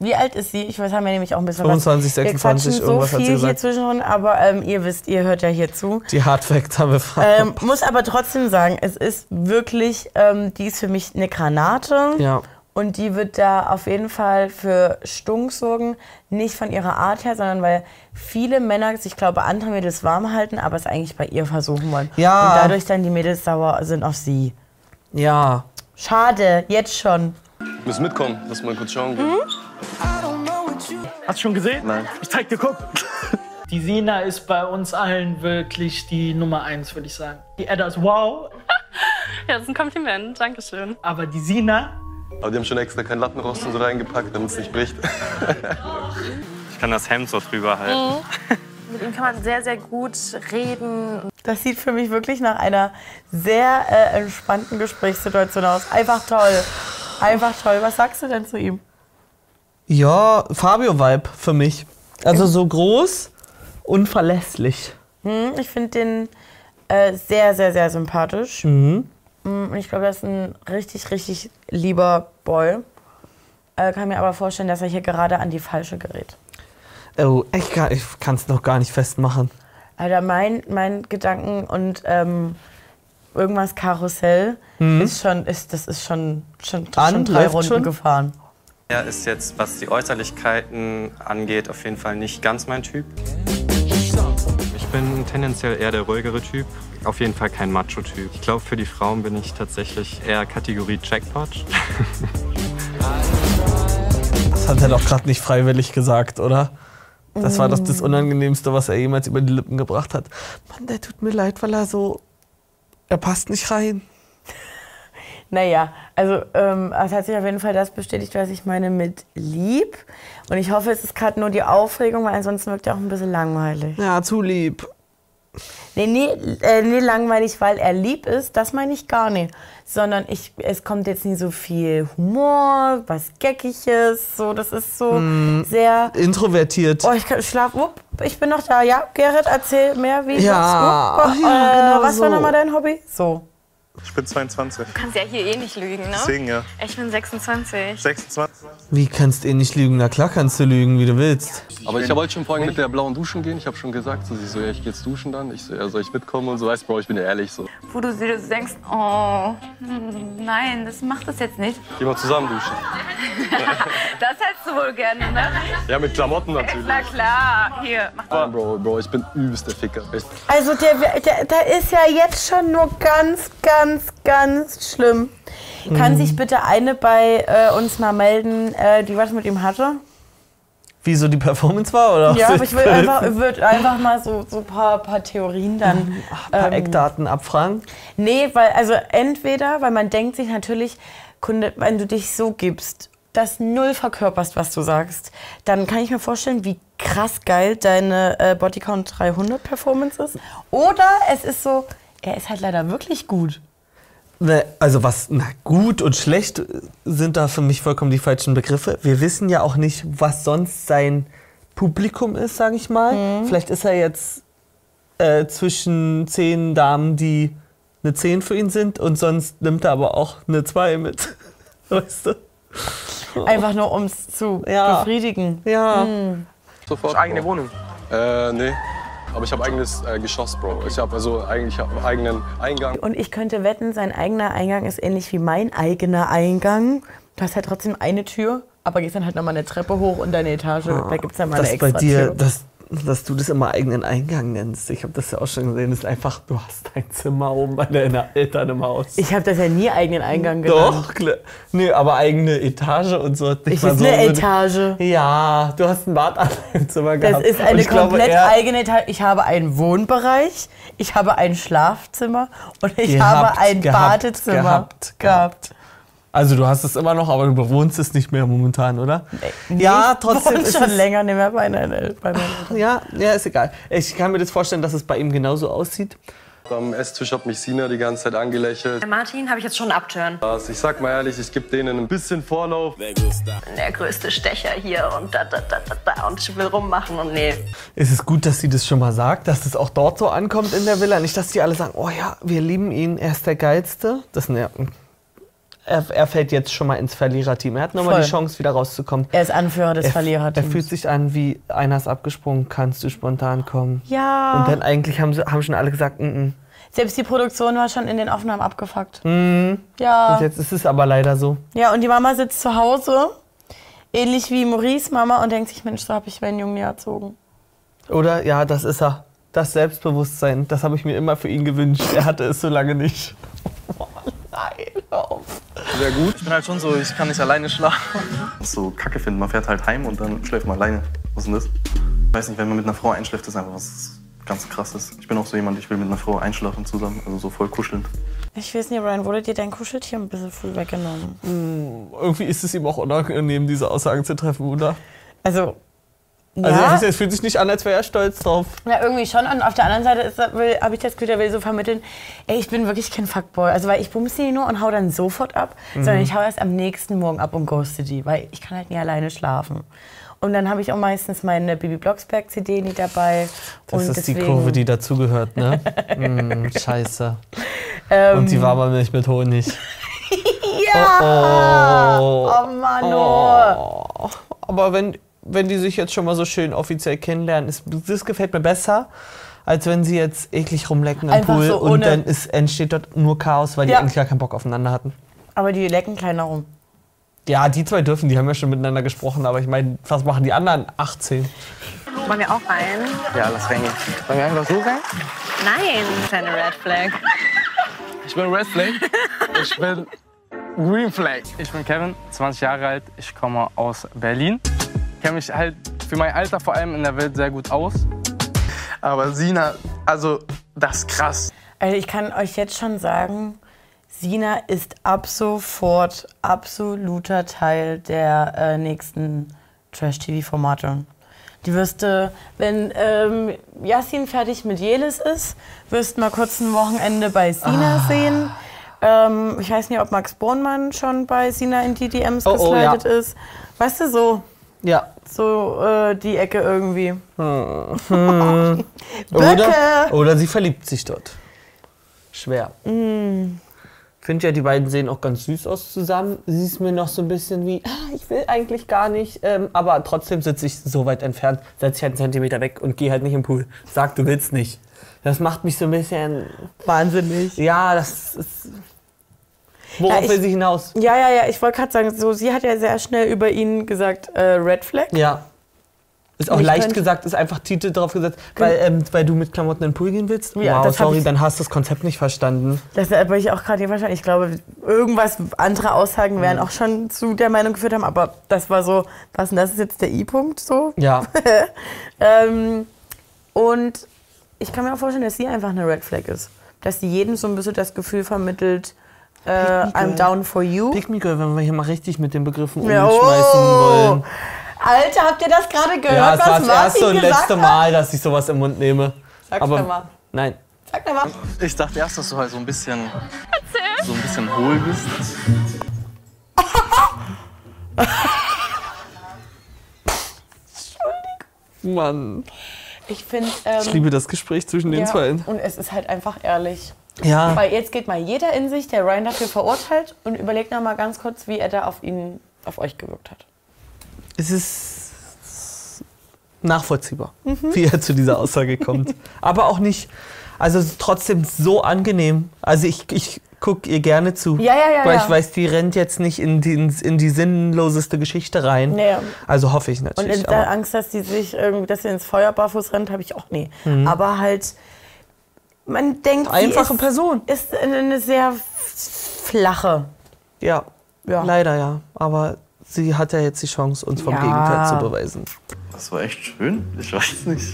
Wie alt ist sie? Ich weiß, haben wir nämlich auch ein bisschen
25,
was.
26,
wir quatschen
irgendwas
so
hat sie
viel hier
gesagt.
zwischen, aber ähm, ihr wisst, ihr hört ja hier zu.
Die Hard Facts haben wir ver-
Ähm, muss aber trotzdem sagen, es ist wirklich, ähm, die ist für mich eine
Ähm.
Granate.
Ja.
Und die wird da auf jeden Fall für Stunk sorgen. Nicht von ihrer Art her, sondern weil viele Männer sich, glaube andere Mädels warm halten, aber es eigentlich bei ihr versuchen wollen.
Ja.
Und dadurch dann die Mädels sauer sind auf sie.
Ja.
Schade, jetzt schon.
Müssen mitkommen, lass mal kurz schauen gehen.
Hast du schon gesehen?
Nein.
Ich zeig dir, guck. Die Sina ist bei uns allen wirklich die Nummer eins, würde ich sagen. Die Edda ist wow,
Ja, das ist ein Kompliment. Dankeschön.
aber die Sina,
Aber die haben schon extra keinen Lattenrost und so reingepackt, damit es nicht bricht.
Ich kann das Hemd so drüber halten.
Mit ihm kann man sehr, sehr gut reden.
Das sieht für mich wirklich nach einer sehr äh, entspannten Gesprächssituation aus. Einfach toll. Einfach toll. Was sagst du denn zu ihm?
Ja, Fabio-Vibe für mich.
Ähm.
Also so groß, unverlässlich.
Hm, ich finde den äh, sehr, sehr, sehr sympathisch.
Mhm.
Mm, und Ich glaube, das ist ein richtig, richtig lieber Boy. Äh, kann mir aber vorstellen, dass er hier gerade an die falsche gerät.
Oh, ich kann es noch gar nicht festmachen.
Alter, mein, mein Gedanken und ähm, irgendwas Karussell
Mhm.
ist schon, ist, das ist schon, schon,
An,
schon drei
läuft
Runden
schon?
gefahren.
Er ist jetzt, was die Äußerlichkeiten angeht, auf jeden Fall nicht ganz mein Typ. Ich bin tendenziell eher der ruhigere Typ. Auf jeden Fall kein Macho-Typ. Ich glaube, für die Frauen bin ich tatsächlich eher Kategorie Jackpot.
Das hat er doch gerade nicht freiwillig gesagt, oder? Das war doch das
Mm.
Unangenehmste, was er jemals über die Lippen gebracht hat. Mann, der tut mir leid, weil er so. Er passt nicht rein.
Naja, also ähm, es hat sich auf jeden Fall das bestätigt, was ich meine mit lieb. Und ich hoffe, es ist gerade nur die Aufregung, weil ansonsten wirkt er auch ein bisschen langweilig.
Ja, zu lieb.
Nee, nee, äh, nee, langweilig, weil er lieb ist, das meine ich gar nicht. Sondern ich, es kommt jetzt nie so viel Humor, was Geckiges, so, das ist so
Hm,
sehr...
Introvertiert.
Oh, ich kann, schlaf, wupp, ich bin noch da. Ja, Gerrit, erzähl mehr, wie
Ja,
mach's gut.
ja,
äh,
genau
Was war
so.
nochmal dein Hobby? So.
Ich bin 22.
Du kannst ja hier eh nicht lügen, ne?
Deswegen, ja.
Ich bin 26.
26.
Wie kannst eh nicht lügen? Na klar kannst du lügen, wie du willst.
Aber ich wollte schon vorhin mit der blauen Duschen gehen. Ich habe schon gesagt, so, sie so, ja, ich geh jetzt duschen dann. Ich so, ja, soll ich mitkommen und so. Weißt du, Bro, ich bin ehrlich so.
Wo du dir so denkst, oh, hm, nein, das macht das jetzt nicht.
Geh mal zusammen duschen.
Das hättest du wohl gerne, ne?
Ja, mit Klamotten natürlich.
Na klar, hier. mach-
Mann, Bro, Bro, ich bin übelst der Ficker. Echt.
Also der, der, da ist ja jetzt schon nur ganz, ganz, ganz schlimm. Kann
Mhm.
sich bitte eine bei äh, uns mal melden, äh, die was mit ihm hatte?
Wieso die Performance war, oder?
Ja, aber ich will einfach, würd einfach mal so, so ein paar, paar Theorien dann.
Ein (laughs) paar Eckdaten abfragen.
Nee, weil, also entweder, weil man denkt sich natürlich, Kunde, wenn du dich so gibst, das null verkörperst, was du sagst, dann kann ich mir vorstellen, wie krass geil deine äh, Bodycount 300 Performance ist. Oder es ist so, er ist halt leider wirklich gut.
Ne, also was, na gut und schlecht sind da für mich vollkommen die falschen Begriffe. Wir wissen ja auch nicht, was sonst sein Publikum ist, sage ich mal. Vielleicht ist er jetzt äh, zwischen zehn Damen, die eine 10 für ihn sind und sonst nimmt er aber auch eine 2 mit. (laughs) Weißt du?
Einfach nur, um es zu befriedigen.
Ja.
Sofort.
eigene
Bro.
Wohnung.
Äh, nee. Aber ich habe eigenes äh, Geschoss, Bro. Ich habe also eigentlich ich hab einen eigenen Eingang.
Und ich könnte wetten, sein eigener Eingang ist ähnlich wie mein eigener Eingang. Du hast halt trotzdem eine Tür, Aber gehst dann halt nochmal eine Treppe hoch und deine Etage, da gibt es dann mal
Ah, das
eine extra
bei dir,
Tür.
dass, dass du das immer eigenen Eingang nennst. Ich habe das ja auch schon gesehen. Das ist einfach, du hast dein Zimmer oben bei deinen Eltern im Haus.
Ich habe das ja nie eigenen Eingang genannt.
Doch, klar. Nee, aber eigene Etage und so. Nicht
Ich Genau. ist eine Etage.
Ja, du hast ein Bad an deinem Zimmer
Das
gehabt.
ist
Und
eine
ich glaube,
komplett
er-
eigene Etage. Ich habe einen Wohnbereich, ich habe ein Schlafzimmer und ich
Gehabt,
habe ein
gehabt,
Badezimmer
gehabt,
gehabt.
Also du hast es immer noch, aber du bewohnst es nicht mehr momentan, oder? Ja,
Ich (laughs)
trotzdem
wohne
ist
schon
es-
länger nicht mehr bei meinen El- bei meinen
Ah,
Eltern.
Ja, ja, ist egal. Ich kann mir das vorstellen, dass es bei ihm genauso aussieht.
Am Esstisch hat mich Sina die ganze Zeit angelächelt.
Martin habe ich jetzt schon abtören.
Also ich sag mal ehrlich, ich gebe denen ein bisschen Vorlauf.
Der größte Stecher hier und da, da, da, da, da. Und ich will rummachen und nee.
Ist es gut, dass sie das schon mal sagt, dass es auch dort so ankommt in der Villa? Nicht, dass die alle sagen, oh ja, wir lieben ihn, er ist der Geilste. Das nervt. Er, er fällt jetzt schon mal ins Verliererteam. Er hat nochmal
Voll.
die Chance, wieder rauszukommen.
Er ist Anführer des
Er f-
Verliererteams.
Er fühlt sich an wie, einer ist abgesprungen, kannst du spontan kommen.
Ja.
Und dann eigentlich haben, sie, haben schon alle gesagt, mm
Selbst die Produktion war schon in den Aufnahmen abgefuckt.
-mm. Mhm.
Ja.
Und jetzt ist es aber leider so.
Ja, und die Mama sitzt zu Hause, ähnlich wie Maurice Mama, und denkt sich, Mensch, so habe ich meinen Jungen ja erzogen.
Oder? Ja, das ist er. Das Selbstbewusstsein, das habe ich mir immer für ihn gewünscht. Er hatte es so lange nicht. (laughs) Oh,
Sehr gut. Ich bin halt schon so, ich kann nicht alleine schlafen. So kacke finden, man fährt halt heim und dann schläft man alleine. Was ist denn das? Ich weiß nicht, wenn man mit einer Frau einschläft, ist einfach was ganz krasses. Ich bin auch so jemand, ich will mit einer Frau einschlafen zusammen, also so voll kuscheln.
Ich weiß nicht, Ryan, wurde dir dein Kuscheltier ein bisschen früh weggenommen?
Irgendwie ist es ihm auch unangenehm, diese Aussagen zu treffen, oder?
Also.
Also,
ja.
es ist- es fühlt sich nicht an, als wäre er stolz drauf.
Ja, irgendwie schon. Und auf der anderen Seite ist er- will- habe ich das Gefühl, der will so vermitteln, ey, ich bin wirklich kein Fuckboy. Also, weil ich bumse die nur und hau dann sofort ab,
Mhm.
sondern ich hau erst am nächsten Morgen ab und ghoste die, weil ich kann halt nie alleine schlafen. Und dann habe ich auch meistens meine Bibi Blocksberg-CD nie dabei.
Das
und
ist die
deswegen-
Kurve, die dazugehört,
(laughs)
ne? mm, scheiße.
Ähm.
Und die Wabermilch mit Honig.
(laughs) Ja!
Oh,
Oh, Mann, oh.
Aber wenn, wenn die sich jetzt schon mal so schön offiziell kennenlernen, ist, das gefällt mir besser, als wenn sie jetzt eklig rumlecken am
Einfach
Pool
so
und
ohne-
dann ist, entsteht dort nur Chaos, weil die
Ja.
eigentlich gar keinen Bock aufeinander hatten.
Aber die lecken kleiner rum.
Ja, die zwei dürfen, die haben ja schon miteinander gesprochen, aber ich meine, was machen die anderen 18?
Wollen wir auch rein?
Ja, lass reingehen. Wollen wir einfach so rein?
Nein, kleine Red Flag.
Ich bin Red Flag. Ich bin Green Flag.
Ich bin Kevin, 20 Jahre alt, ich komme aus Berlin. Ich kenne mich halt für mein Alter vor allem in der Welt sehr gut aus.
Aber Sina, also das ist krass.
Also ich kann euch jetzt schon sagen, Sina ist ab sofort absoluter Teil der äh, nächsten Trash-TV-Formate. Die wüsste, wenn ähm, Yassin fertig mit Jelis ist, wirst mal kurz ein Wochenende bei Sina
Ah.
sehen. Ähm, ich weiß nicht, ob Max Bornmann schon bei Sina in die DMs
Oh, oh,
geslidet
ja.
ist. Weißt du, so,
Ja.
so äh, die Ecke irgendwie.
Hm.
Böcke!
oder, oder sie verliebt sich dort. Schwer.
Mm.
Finde ja, die beiden sehen auch ganz süß aus zusammen. Sie ist mir noch so ein bisschen wie, ah, ich will eigentlich gar nicht, ähm, aber trotzdem sitze ich so weit entfernt, setze ich halt einen Zentimeter weg und gehe halt nicht im Pool. Sag, du willst nicht. Das macht mich so ein bisschen...
Wahnsinnig.
Ja, das ist... Worauf
Ja, ich-
will sie hinaus?
Ja, ja, ja, ich wollte gerade sagen, so, sie hat ja sehr schnell über ihn gesagt, äh, Red Flag.
Ja. Ist auch
Ich
leicht
könnte-
gesagt, ist einfach Titel drauf gesetzt, weil, ähm, weil du mit Klamotten in den Pool gehen willst.
Ja,
wow,
das hab
sorry,
ich-
dann hast du das Konzept nicht verstanden.
Das wollte ich auch gerade hier wahrscheinlich. Ich glaube, irgendwas, andere Aussagen
Mhm.
wären auch schon zu der Meinung geführt haben, aber das war so, was denn, das ist jetzt der I-Punkt so?
Ja.
ähm, und ich kann mir auch vorstellen, dass sie einfach eine Red Flag ist. Dass sie jedem so ein bisschen das Gefühl vermittelt, äh, I'm down for you.
Pick me girl, wenn wir hier mal richtig mit den Begriffen
Ja,
umschmeißen wollen.
Alter, habt ihr das gerade gehört,
ja, es war das erste
was Martin
und
gesagt
letzte
hat?
Mal, dass ich sowas im Mund nehme.
Sag's
Aber
doch mal.
nein.
Sag doch mal.
Ich dachte erst, dass du halt so ein bisschen, so ein bisschen hohl bist.
(laughs)
Mann,
Ich finde. Ähm,
ich liebe ne? das Gespräch zwischen den
ja,
Zweien.
Und es ist halt einfach ehrlich.
Ja.
Weil jetzt geht mal jeder in sich, der Ryan dafür verurteilt und überlegt noch mal ganz kurz, wie er da auf ihn, auf euch gewirkt hat.
Es ist nachvollziehbar,
Mhm.
wie er zu dieser Aussage
(laughs)
kommt. Aber auch nicht, also es ist trotzdem so angenehm. Also ich, ich gucke ihr gerne zu,
Ja, ja, ja,
weil
ja.
ich weiß, die rennt jetzt nicht in die, in die sinnloseste Geschichte rein.
Nee.
Also hoffe ich
Und in
natürlich.
der
aber-
Angst, dass sie sich irgendwie, dass sie ins Feuer barfuß rennt, habe ich auch nie.
Mhm.
Aber halt, man denkt, sie
Einfache
ist, Person ist eine- eine sehr f- flache.
Ja, leider ja. Aber sie hat ja jetzt die Chance, uns vom
Ja.
Gegenteil zu beweisen.
Das war echt schön, ich weiß nicht.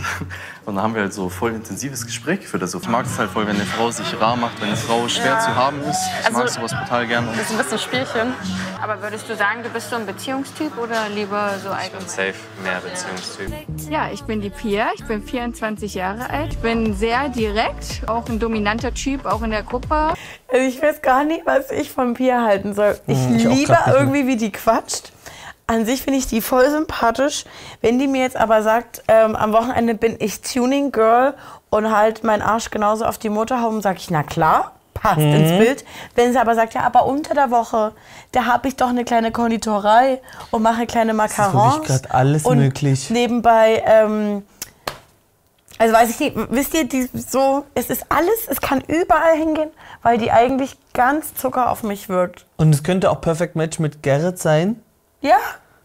Und dann haben wir halt so voll intensives Gespräch geführt. Also ich mag es halt voll, wenn eine Frau sich rar macht, wenn eine Frau schwer
Ja.
zu haben ist. Ich
Also-
mag sowas total gern.
Das ist ein bisschen Spielchen. Aber würdest du sagen, du bist so ein Beziehungstyp oder lieber so allgemein?
Safe mehr Beziehungstyp.
Ja, ich bin die Pia, ich bin 24 Jahre alt, bin sehr direkt, auch ein dominanter Typ, auch in der Gruppe.
Also ich weiß gar nicht, was ich von Pia halten soll. Ich
Hm, ich auch
liebe
grad nicht.
irgendwie, wie die quatscht. An sich finde ich die voll sympathisch. Wenn die mir jetzt aber sagt, ähm, am Wochenende bin ich Tuning Girl und halt meinen Arsch genauso auf die Motorhaube, sage ich, na klar, passt
Mhm.
ins Bild. Wenn sie aber sagt, ja, aber unter der Woche, da habe ich doch eine kleine Konditorei und mache kleine Macarons.
wirklich grad alles
und
möglich.
Nebenbei, ähm, also weiß ich nicht, wisst ihr, die, so, es ist alles, es kann überall hingehen, weil die eigentlich ganz Zucker auf mich wirkt.
Und es könnte auch Perfect Match mit Gerrit sein.
Ja?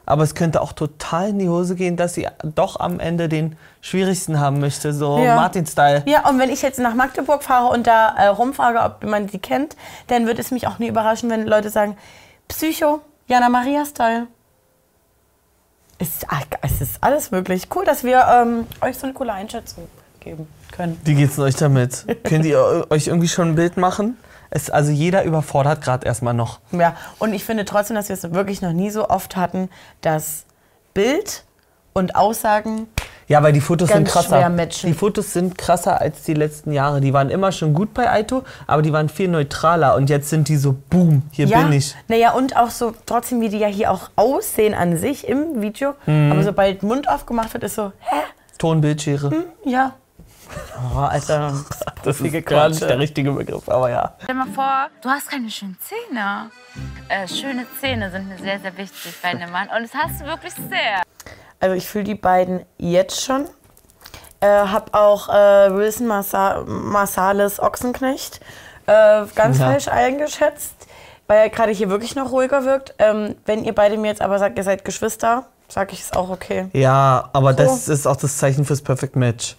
Aber es könnte auch total in die Hose gehen, dass sie doch am Ende den schwierigsten haben möchte, so
Ja.
Martin-Style.
Ja, und wenn ich jetzt nach Magdeburg fahre und da äh, rumfrage, ob man die kennt, dann wird es mich auch nie überraschen, wenn Leute sagen, Psycho, Jana Maria Style. Es, ist- ah, es ist alles möglich. Cool, dass wir ähm, euch so eine coole Einschätzung geben können.
Wie geht's denn euch
(laughs)
damit? Könnt ihr euch irgendwie schon ein Bild machen? Es, also jeder überfordert gerade erstmal noch.
Ja, und ich finde trotzdem, dass wir es wirklich noch nie so oft hatten, dass Bild und Aussagen
Ja, weil die Fotos
Ganz
sind
schwer
krasser. Die Fotos sind krasser als die letzten Jahre. Die waren immer schon gut bei Aito, aber die waren viel neutraler. Und jetzt sind die so, boom, hier
ja,
bin ich.
Naja, und auch so, trotzdem, wie die ja hier auch aussehen an sich im Video.
Mhm.
Aber sobald Mund aufgemacht wird, ist so, hä?
Tonbildschere.
Ja.
Oh, Alter, das ist gar
Quatsch,
nicht
ey.
der richtige Begriff, aber ja.
Stell mal vor, du hast keine schönen Zähne. Äh, schöne Zähne sind mir sehr, sehr wichtig bei einem Mann. Und das hast du wirklich sehr.
Also ich fühle die beiden jetzt schon. Äh, hab auch äh, Wilson Marsa Marsalis Ochsenknecht äh, ganz
Ja.
falsch eingeschätzt, weil er gerade hier wirklich noch ruhiger wirkt. Ähm, wenn ihr beide mir jetzt aber sagt, ihr seid Geschwister, sag ich es auch okay.
Ja, aber
So.
das ist auch das Zeichen fürs Perfect Match.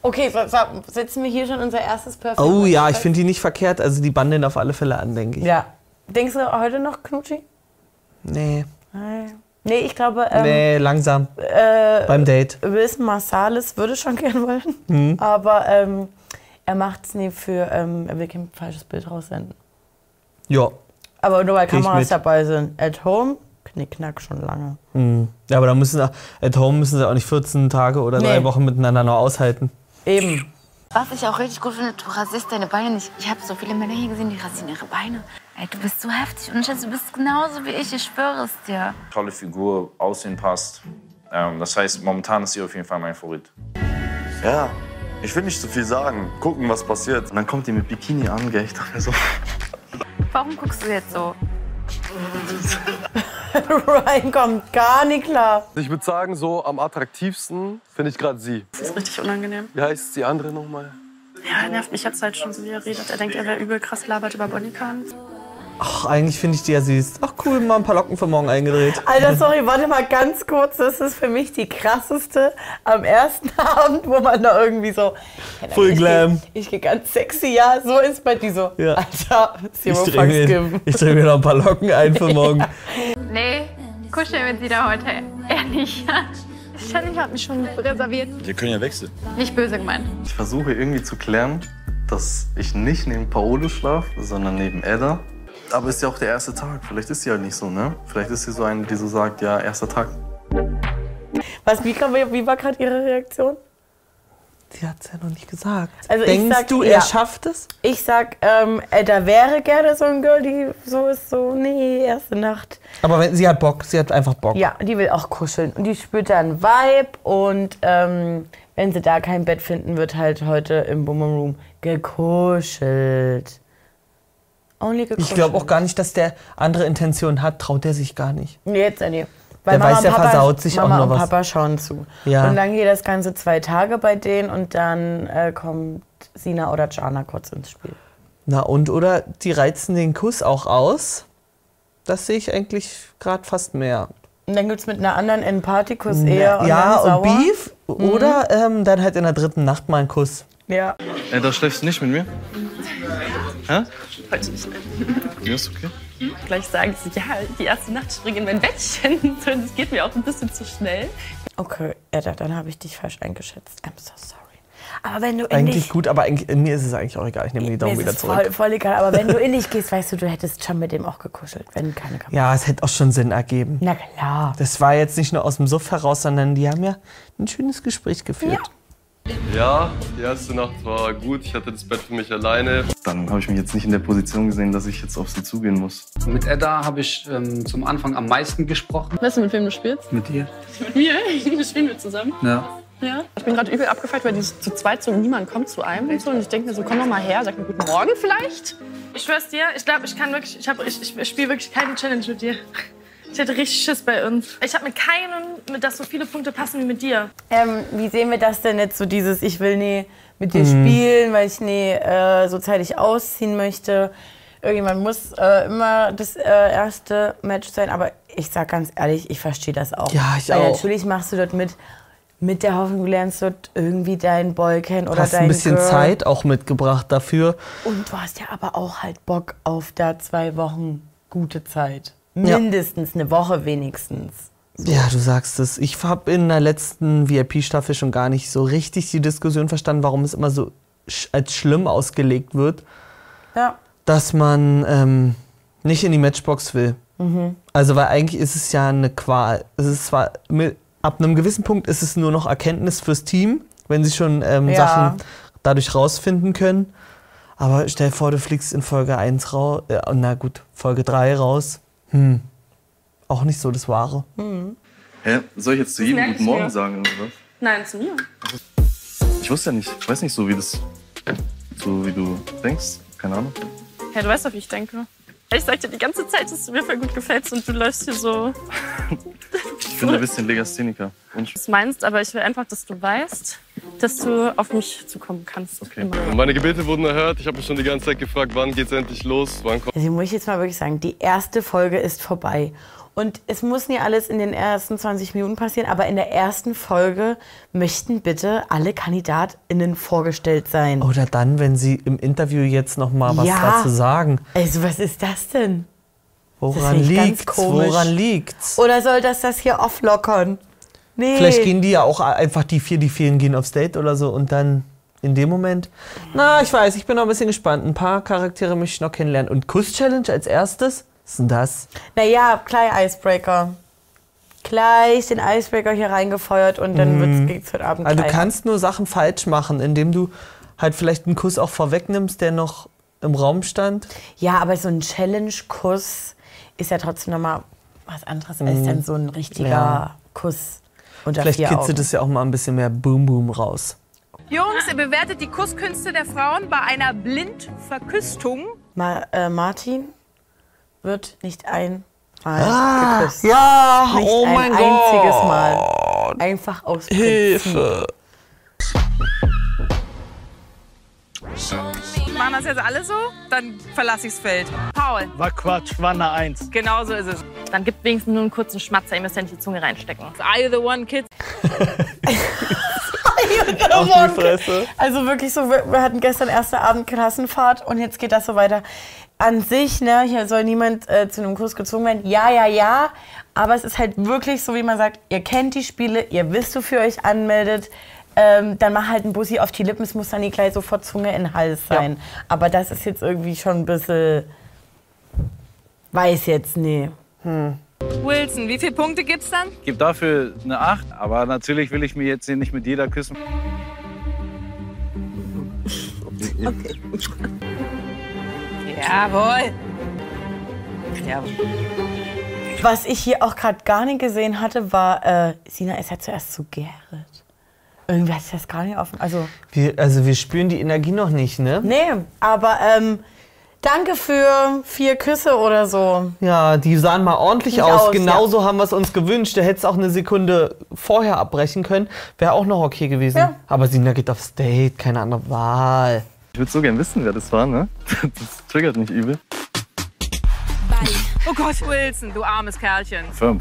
Okay, so, so, setzen wir hier schon unser erstes Perfect.
Oh
Match
ja, ich
fest?
finde die nicht verkehrt. Also die bandeln auf alle Fälle an, denke ich.
Ja. Denkst du heute noch Knutschi?
Nee,
Nein. Nee, ich glaube, ähm,
nee, langsam.
äh,
Beim Date.
Wilson Marsalis würde schon (laughs) gern wollen,
Mhm.
aber ähm, er macht es nie für, ähm, er will kein falsches Bild raussenden.
Ja.
Aber nur weil
Geh ich
Kameras
mit.
dabei sind. At home, knickknack schon lange.
Mhm. Ja, aber da müssen sie, at home müssen sie auch nicht 14 Tage oder drei
Nee.
Wochen miteinander noch aushalten.
Eben. (laughs)
Was ich auch richtig gut finde, du rasierst deine Beine nicht. Ich habe so viele Männer hier gesehen, die rasieren ihre Beine. Ey, du bist so heftig und Schatz, du bist genauso wie ich, ich schwöre es dir.
Tolle Figur, Aussehen passt. Ähm, das heißt, momentan ist sie auf jeden Fall mein Favorit.
Ja, ich will nicht zu viel sagen. Gucken, was passiert. Und dann kommt die mit Bikini an, gell? Ich dachte mir so.
Warum guckst du jetzt so?
Ryan kommt gar nicht klar.
Ich würde sagen, so am attraktivsten finde ich gerade sie.
Das ist richtig unangenehm.
Wie heißt die andere nochmal?
Ja, er nervt mich jetzt halt schon so, wie er redet. Er denkt, er wäre übel krass labert über Bonnie Kahn.
Ach, eigentlich finde ich die ja süß. Ach cool, mal ein paar Locken für morgen eingedreht. (laughs)
Alter, sorry, warte mal ganz kurz. Das ist für mich die krasseste am ersten (laughs) Abend, wo man da irgendwie so.
Full
ich
Glam.
Geh, ich gehe ganz sexy, ja, so ins Bett, die so.
Ja.
Alter,
Ich
zero
drehe
fucks
mir, (laughs)
geben.
ich dreh mir noch ein paar Locken ein (laughs) für morgen.
Nee, kuscheln mit sie da heute eher
(laughs)
nicht. Shelly hat mich schon reserviert.
Wir können ja wechseln.
Nicht böse gemeint.
Ich versuche irgendwie zu klären, dass ich nicht neben Paolo schlafe, sondern neben Edda. Aber ist ja auch der erste Tag. Vielleicht ist sie halt nicht so, ne? Vielleicht ist sie so eine, die so sagt, ja, erster Tag.
Was, wie, kam, wie war gerade ihre Reaktion?
Sie hat es ja noch nicht gesagt.
Also ich
Denkst
sag,
du,
ja.
er schafft es?
Ich sag, ähm, äh, da wäre gerne so ein Girl, die so ist, so, nee, erste Nacht.
Aber wenn, sie hat Bock, sie hat einfach Bock.
Ja, die will auch kuscheln. Und die spürt dann Vibe. Und ähm, wenn sie da kein Bett finden, wird halt heute im Boomer Room gekuschelt. Only gekuschelt.
Ich glaube auch gar nicht, dass der andere Intentionen hat, traut er sich gar nicht.
Nee, jetzt, nee.
Der weiß,
und
der
Papa,
versaut sich auch
Mama
noch
und
was.
Papa schauen zu.
Ja.
Und dann geht das Ganze zwei Tage bei denen und dann äh, kommt Sina oder Jana kurz ins Spiel.
Na und oder die reizen den Kuss auch aus. Das sehe ich eigentlich gerade fast mehr.
Und dann gibt es mit einer anderen einen Partykuss
Na,
eher. Und
ja,
dann
und
sauer.
Beef.
Mhm.
Oder ähm, dann halt in der dritten Nacht mal einen Kuss.
Ja.
Ey, da schläfst du nicht mit mir? Hä?
Heute nicht.
Ja, ist okay.
Gleich sagen sie, ja, die erste Nacht springe in mein Bettchen. So, Das geht mir auch ein bisschen zu schnell.
Okay, ja, da- dann habe ich dich falsch eingeschätzt. I'm so sorry. Aber wenn du in
Eigentlich
dich,
gut, aber eigentlich, äh, mir ist es eigentlich auch egal. Ich nehme die
Mir
Daumen
ist
wieder
es
zurück.
Voll, voll egal, aber wenn du in dich gehst, weißt du, du hättest schon mit dem auch gekuschelt, wenn keine Kamera.
Ja, es hätte auch schon Sinn ergeben.
Na klar.
Das war jetzt nicht nur aus dem Suff heraus, sondern die haben ja ein schönes Gespräch geführt.
Ja, die erste Nacht war gut. Ich hatte das Bett für mich alleine.
Dann habe ich mich jetzt nicht in der Position gesehen, dass ich jetzt auf sie zugehen muss.
Mit Edda habe ich ähm, zum Anfang am meisten gesprochen.
Weißt du, mit wem du spielst?
Mit dir?
Mit mir? Spielen wir zusammen?
Ja.
Ja. Ich bin gerade übel abgefeilt, weil die zu zweit so niemand kommt zu einem und so. Und ich denke mir so, komm doch mal her, sag mir guten
Hm,
Morgen vielleicht.
Ich schwör's dir, ich glaube, ich kann wirklich, ich, hab- ich, ich spiele wirklich keine Challenge mit dir. Ich hätte richtig Schiss bei uns. Ich habe mit keinem, mit das so viele Punkte passen wie mit dir.
Ähm, wie sehen wir das denn jetzt so dieses, ich will nie mit dir
Mhm.
spielen, weil ich nie äh, so zeitig ausziehen möchte. Irgendjemand muss äh, immer das äh, erste Match sein, aber ich sag ganz ehrlich, ich verstehe das auch.
Ja, ich
weil
auch.
Natürlich machst du dort mit, mit der Hoffnung, du lernst dort irgendwie deinen Boy kennen oder
Hast
deinen
ein bisschen
Girl.
Zeit auch mitgebracht dafür.
Und du hast ja aber auch halt Bock auf da zwei Wochen gute Zeit.
Ja.
Mindestens eine Woche wenigstens.
Ja, du sagst es. Ich habe in der letzten VIP-Staffel schon gar nicht so richtig die Diskussion verstanden, warum es immer so sch als schlimm ausgelegt wird,
Ja.
dass man ähm, nicht in die Matchbox will.
Mhm.
Also, weil eigentlich ist es ja eine Qual. Es ist zwar, mi- ab einem gewissen Punkt ist es nur noch Erkenntnis fürs Team, wenn sie schon ähm,
Ja.
Sachen dadurch rausfinden können. Aber stell vor, du fliegst in Folge 1 raus, äh, na gut, Folge 3 raus. Hm. Auch nicht so das Wahre.
Hä? Soll ich jetzt zu
Das
jedem
merk
Guten
ich mir.
Morgen sagen oder was?
Nein, zu mir.
Ich wusste ja nicht. Ich weiß nicht so, wie das. So wie du denkst. Keine Ahnung.
Ja, du weißt doch, wie ich denke. Ich sag dir die ganze Zeit, dass du mir voll gut gefällst und du läufst hier so,
Ich bin ein bisschen Legastheniker. Und
was meinst, aber ich will einfach, dass du weißt, dass du auf mich zukommen kannst. Immer.
Meine Gebete wurden erhört. Ich habe mich schon die ganze Zeit gefragt, wann geht's endlich los? Wann kommt
Also muss ich jetzt mal wirklich sagen, die erste Folge ist vorbei. Und es muss nie alles in den ersten 20 Minuten passieren, aber in der ersten Folge möchten bitte alle KandidatInnen vorgestellt sein.
Oder dann, wenn sie im Interview jetzt noch mal was
Ja.
dazu sagen.
Also was ist das denn?
Woran
finde ich ganz
liegt's?
komisch.
Woran liegt's?
Oder soll das das hier offlockern? Nee.
Vielleicht gehen die ja auch einfach die vier, die fehlen, gehen aufs Date oder so und dann in dem Moment. Na, ich weiß, ich bin noch ein bisschen gespannt. Ein paar Charaktere möchte ich noch kennenlernen. Und Kuss-Challenge als erstes? Was ist denn das?
Naja, kleiner Icebreaker. Gleich den Icebreaker hier reingefeuert und dann wird's, geht's heute Abend
Mhm. Also du
gleich.
kannst nur Sachen falsch machen, indem du halt vielleicht einen Kuss auch vorwegnimmst, der noch im Raum stand.
Ja, aber so ein Challenge-Kuss ist ja trotzdem nochmal was anderes als
Mhm.
dann so ein richtiger
Ja.
Kuss. Unter
vielleicht
vier Augen.
kitzelt es ja auch mal ein bisschen mehr Boom-Boom raus.
Jungs, ihr bewertet die Kusskünste der Frauen bei einer Blindverküstung.
Ma äh, Martin wird nicht einmal
Ah,
geküsst.
ja,
nicht
oh
ein
mein
einziges
Gott.
Mal. Einfach aus
Hilfe.
Machen das jetzt alle so? Dann verlasse ich's Feld. Paul.
War Quatsch, war eine Eins.
Genau so ist es.
Dann gib wenigstens nur einen kurzen Schmatzer, ihr müsst ja nicht die Zunge reinstecken.
Are you the one, Kids?
Prinzip.
Auf die Fresse.
Also wirklich so, wir, wir hatten gestern erste Abend Klassenfahrt und jetzt geht das so weiter. An sich, ne, hier soll niemand äh, zu einem Kurs gezwungen werden. Ja, ja, ja. Aber es ist halt wirklich so, wie man sagt, ihr kennt die Spiele, ihr wisst, wofür ihr euch anmeldet. Ähm, dann mach halt einen Bussi auf die Lippen, es muss dann nicht gleich sofort Zunge in den Hals sein. Aber das ist jetzt irgendwie schon ein bisschen. Weiß jetzt, nee.
Wilson, wie viele Punkte gibt's dann?
Ich gebe dafür eine 8, aber natürlich will ich mir jetzt hier nicht mit jeder küssen.
Okay. Jawohl.
Was ich hier auch gerade gar nicht gesehen hatte, war, äh, Sina ist ja zuerst zu Gerrit. Irgendwie hat sich das gar nicht offen. Also,
Wir, also wir spüren die Energie noch nicht, ne?
nee, aber ähm, Danke für vier Küsse oder so.
Ja, die sahen mal ordentlich
Sieht
aus.
aus,
Genauso haben wir es uns gewünscht. Da hätte es auch eine Sekunde vorher abbrechen können. Wäre auch noch okay gewesen.
Ja.
Aber Sina geht aufs Date, keine andere Wahl.
Ich würde so gern wissen, wer das war, ne? (laughs) Das triggert mich übel.
Oh Gott, Wilson, du armes Kerlchen.
Firm.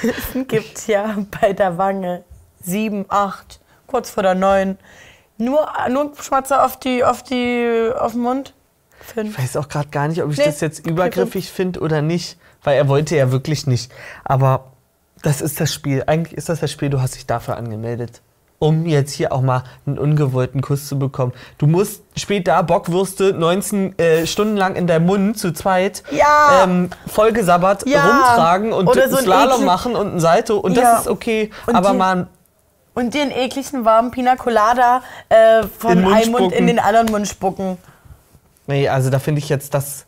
Pilzen gibt ja (laughs) bei der Wange sieben, acht, kurz vor der neun. Nur, nur Schmatzer auf die, auf die, auf den Mund. Fünf.
Ich weiß auch gerade gar nicht, ob ich
Nee,
das jetzt übergriffig finde oder nicht. Weil er wollte ja wirklich nicht. Aber das ist das Spiel. Eigentlich ist das das Spiel, du hast dich dafür angemeldet. Um jetzt hier auch mal einen ungewollten Kuss zu bekommen. Du musst später Bockwürste 19 äh, Stunden lang in deinem Mund zu zweit
Ja.
ähm, vollgesabbert
Ah. Ja.
rumtragen und
Oder
einen
so ein
Slalom
eklig-
machen und ein Salto. Und
Ja.
das ist okay.
Und
aber
die-
man
Und den ekligen warmen Pina Colada
In
äh,
den
von
Mund
einem Mund
spucken.
in den anderen Mund spucken.
Nee, also da finde ich jetzt das.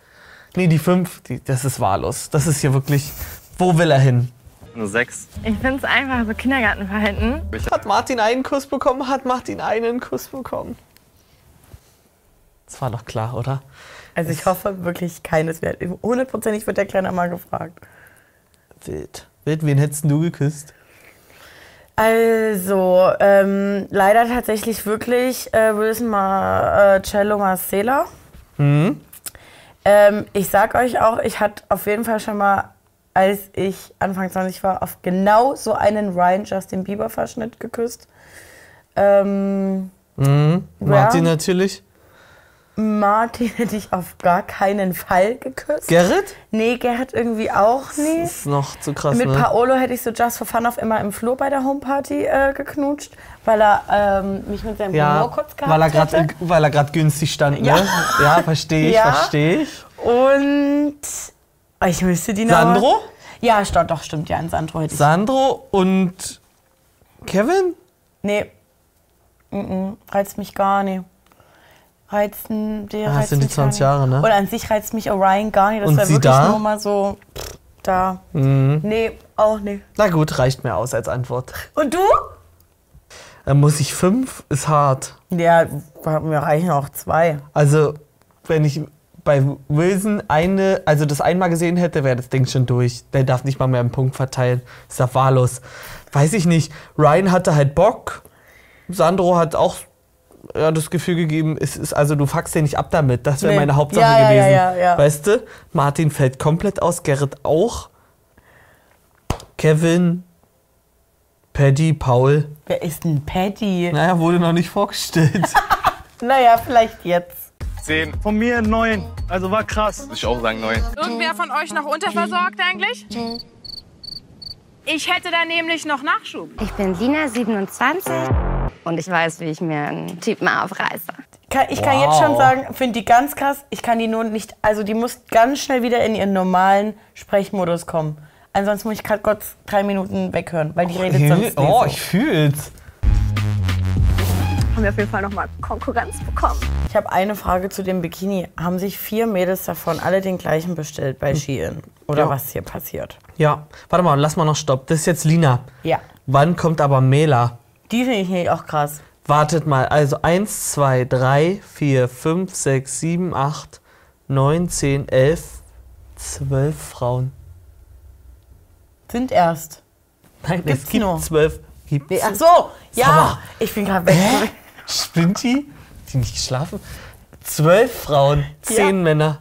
Nee, die 5, die, das ist wahllos. Das ist hier wirklich. Wo will er hin?
Eine 6.
Ich finde es einfach so Kindergartenverhalten.
Hat Martin einen Kuss bekommen? Hat Martin einen Kuss bekommen? Das war doch klar, oder?
Also ich hoffe wirklich keines mehr. Hundertprozentig wird der Kleine mal gefragt.
Wild. Wild, wen hättest du geküsst?
Also, ähm, leider tatsächlich wirklich äh, Wilson Ma, äh, Cello Marcela.
Hm?
Ähm, ich sag euch auch, ich hatte auf jeden Fall schon mal, als ich Anfang 20 war, auf genau so einen Ryan Justin Bieber Verschnitt geküsst. Ähm,
Mhm.
Ja.
Martin natürlich.
Martin hätte ich auf gar keinen Fall geküsst.
Gerrit?
Nee, Gerrit irgendwie auch nie.
Ist noch zu krass,
Mit
ne?
Paolo hätte ich so just for fun auf immer im Flur bei der Homeparty äh, geknutscht, weil er ähm, mich mit seinem
ja,
Humor kurz gehabt
weil er
hätte.
gerade weil er gerade günstig stand, ne?
Ja.
ja verstehe ich,
Ja.
verstehe ich.
Und ich müsste die noch.
Sandro?
Ja, st doch, stimmt, ja, an Sandro hätte ich.
Sandro und Kevin?
Nee. Mm-mm, reizt mich gar nicht. Reizen, der
Ah,
reizt
das sind die
mich gar
20
nicht.
Jahre, ne?
Und an sich reizt mich Orion gar nicht. Das
Und
wäre
sie
wirklich
da?
nur mal so pff, da.
Mhm.
Nee, auch nicht.
Na gut, reicht mir aus als Antwort.
Und du?
Dann muss ich fünf, ist hart.
Ja, mir reichen auch zwei.
Also, wenn ich bei Wilson eine, also das einmal gesehen hätte, wäre das Ding schon durch. Der darf nicht mal mehr einen Punkt verteilen. Ist doch wahllos. Weiß ich nicht. Ryan hatte halt Bock. Sandro hat auch ja, das Gefühl gegeben, es ist, also du fuckst den nicht ab damit. Das wäre
Nee.
meine Hauptsache
Ja, ja, ja,
gewesen.
ja, ja.
Weißt du? Martin fällt komplett aus, Gerrit auch. Kevin, Paddy, Paul.
Wer ist denn Paddy?
Naja, wurde noch nicht vorgestellt.
Naja, vielleicht jetzt.
10. Von mir 9. Also war krass.
Würde ich auch sagen, neun.
Irgendwer von euch noch unterversorgt eigentlich? Ich hätte da nämlich noch Nachschub.
Ich bin Lina, 27 und ich weiß, wie ich mir einen Typen aufreiße.
Kann, ich kann
Wow.
jetzt schon sagen, finde die ganz krass. Ich kann die nur nicht, also die muss ganz schnell wieder in ihren normalen Sprechmodus kommen. Ansonsten muss ich gerade kurz drei Minuten weghören, weil die (laughs) redet sonst nicht.
(laughs) oh,
so.
ich fühl's.
haben wir auf jeden Fall nochmal Konkurrenz bekommen. Ich habe eine Frage zu dem Bikini. Haben sich vier Mädels davon alle den gleichen bestellt bei Shein? Oder
Hm. Ja.
was hier passiert?
Ja, warte mal, lass mal noch Stopp. Das ist jetzt Lina.
Ja.
Wann kommt aber Mela?
Die finde ich nämlich auch krass.
Wartet mal, also 1, 2, 3, 4, 5, 6, 7, 8, 9, 10, 11, 12 Frauen.
Sind erst.
Nein,
Gibt's
es gibt
nur.
12. Gibt's
Nee, ach so, ja.
Sag mal.
Ich bin gerade weg.
Hä? Spinnt die? Hat die nicht geschlafen? 12 Frauen, 10
Ja.
Männer.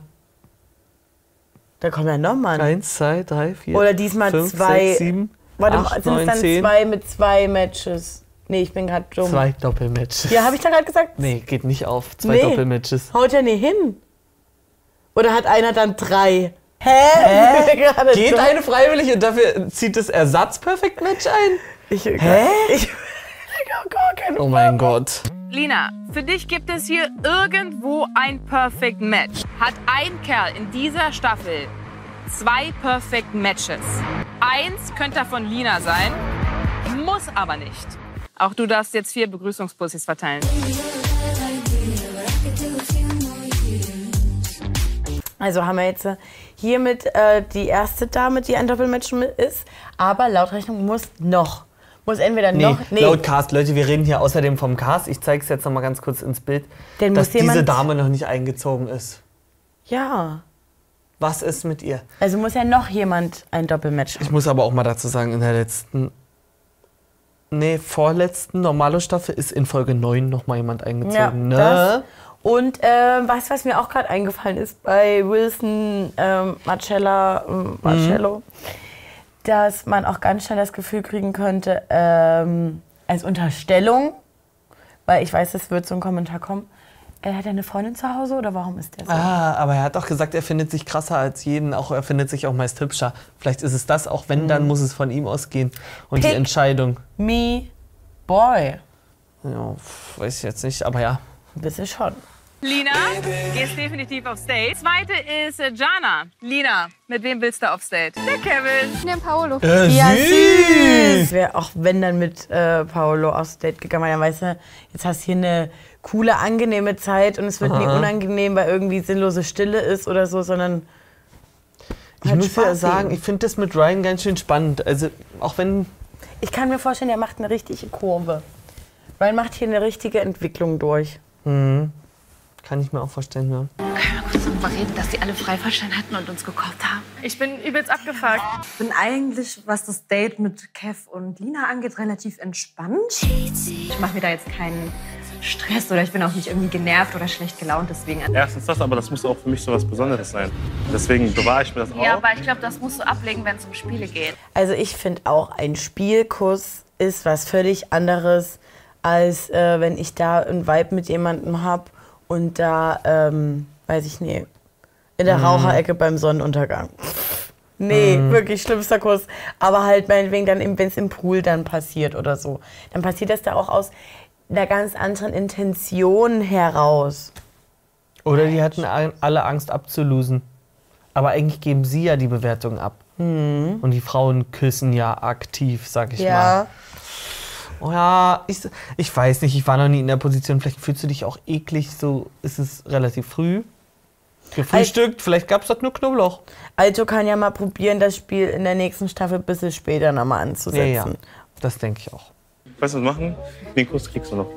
Da kommt ja nochmal.
1, 2, 3, 4,
Oder diesmal zwei.
6, 7,
Warte mal,
8,
sind es
9,
dann
10,
zwei mit zwei Matches? Nee, ich bin gerade dumm.
zwei Doppelmatches.
Ja, habe ich da gerade gesagt?
Nee, geht nicht auf. Zwei
Nee.
Doppelmatches.
Haut ja nie hin. Oder hat einer dann drei? Hä? (laughs) Ich bin gerade
Geht
dumm.
eine freiwillig und dafür zieht das Ersatz-Perfect-Match ein?
Ich,
Hä?
Ich, gar keine
oh mein Gott.
Lina, für dich gibt es hier irgendwo ein Perfect Match. Hat ein Kerl in dieser Staffel zwei Perfect Matches. Eins könnte davon Lina sein, muss aber nicht. Auch du darfst jetzt vier Begrüßungspussis verteilen.
Also haben wir jetzt äh, hiermit äh, die erste Dame, die ein Doppelmatch mit ist. Aber laut Rechnung muss noch. Muss entweder
Nee,
noch. Nee,
laut Cast. Leute, wir reden hier außerdem vom Cast. Ich zeige es jetzt noch mal ganz kurz ins Bild,
Dann
dass
muss
diese
jemand-
Dame noch nicht eingezogen ist.
Ja.
Was ist mit ihr?
Also muss ja noch jemand ein Doppelmatch haben.
Ich muss aber auch mal dazu sagen, in der letzten, nee, vorletzten normale Staffel ist in Folge 9 nochmal jemand eingezogen. ne?
das. Und ähm, was, was mir auch gerade eingefallen ist bei Wilson, ähm, Marcella,
Mhm.
ähm, Marcello, dass man auch ganz schnell das Gefühl kriegen könnte, ähm, als Unterstellung, weil ich weiß, es wird so ein Kommentar kommen, äh, hat er eine Freundin zu Hause oder warum ist der so?
Ah, aber er hat auch gesagt, er findet sich krasser als jeden, auch er findet sich auch meist hübscher. Vielleicht ist es das, auch wenn, dann muss es von ihm ausgehen. Und die
Mhm. Pick
Entscheidung,
Me, boy.
ja, pf, weiß ich jetzt nicht, aber ja.
Bitte schon.
Lina, gehst definitiv aufs Date. Zweite ist äh, Jana. Lina, mit wem willst du aufs Date? Der Kevin.
Ich nehme Paolo.
ja, süß. Wär auch wenn dann mit äh, Paolo aufs Date gegangen, weil dann weißt du, jetzt hast du hier eine coole, angenehme Zeit und es wird nie
Aha.
unangenehm, weil irgendwie sinnlose Stille ist oder so, sondern
Ich
Hat
muss ja
Spaß
sagen,
eben.
ich finde das mit Ryan ganz schön spannend. Also, auch wenn
ich kann mir vorstellen, er macht eine richtige Kurve. Ryan macht hier eine richtige Entwicklung durch.
Hm. Kann ich mir auch vorstellen, ja.
Darüber reden, dass die alle Freifahrtschein hatten und uns gekauft haben.
Ich bin übelst abgefuckt.
Ich bin eigentlich, was das Date mit Kev und Lina angeht, relativ entspannt. Ich mache mir da jetzt keinen Stress oder ich bin auch nicht irgendwie genervt oder schlecht gelaunt deswegen.
Erstens das, aber das muss auch für mich so was Besonderes sein. Deswegen bewahre ich mir das auch.
Ja, aber ich glaube, das musst du ablegen, wenn es um Spiele geht.
Also ich finde auch, ein Spielkuss ist was völlig anderes, als äh, wenn ich da ein Vibe mit jemandem habe und da, ähm, weiß ich nicht, in der
Mhm.
Raucherecke beim Sonnenuntergang. (laughs) Nee,
Mhm.
wirklich schlimmster Kuss. Aber halt meinetwegen dann, wenn es im Pool dann passiert oder so. Dann passiert das da auch aus einer ganz anderen Intention heraus.
Oder die hatten ein- alle Angst abzulosen. Aber eigentlich geben sie ja die Bewertung ab.
Mhm.
Und die Frauen küssen ja aktiv, sag ich
Ja.
mal. Oh ja, ich, ich weiß nicht, ich war noch nie in der Position. Vielleicht fühlst du dich auch eklig, so ist es relativ früh. Gefrühstückt, vielleicht gab es dort nur Knoblauch.
Also kann ja mal probieren, das Spiel in der nächsten Staffel ein bisschen später nochmal anzusetzen.
Ja, ja. Das denke ich auch.
Weißt du, was machen? Den Kuss kriegst du noch.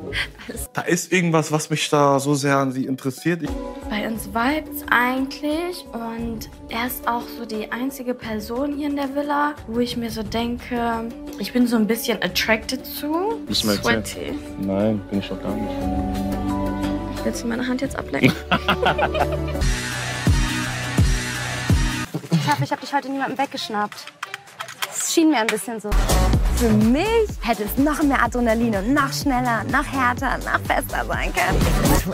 Da ist irgendwas, was mich da so sehr an sie interessiert. Ich,
Bei uns vibes eigentlich und er ist auch so die einzige Person hier in der Villa, wo ich mir so denke, ich bin so ein bisschen attracted zu.
Muss man erzählen.
Sweaty.
Nein, bin ich doch gar nicht.
Willst du meine Hand jetzt ablecken?
Ich hoffe, ich habe dich heute niemandem weggeschnappt. Es schien mir ein bisschen so. Für mich hätte es noch mehr Adrenalin und noch schneller, noch härter, noch fester sein können.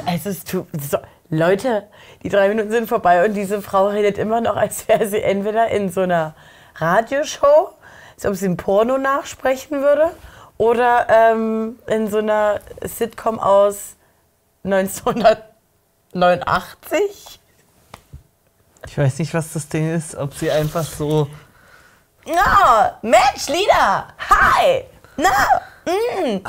Es ist zu, so, Leute, die drei Minuten sind vorbei und diese Frau redet immer noch, als wäre sie entweder in so einer Radioshow, als ob sie ein Porno nachsprechen würde, oder ähm, in so einer Sitcom aus 1989.
Ich weiß nicht, was das Ding ist, ob sie einfach so.
Ja, Mensch, Lieder! Hi! Na, mm.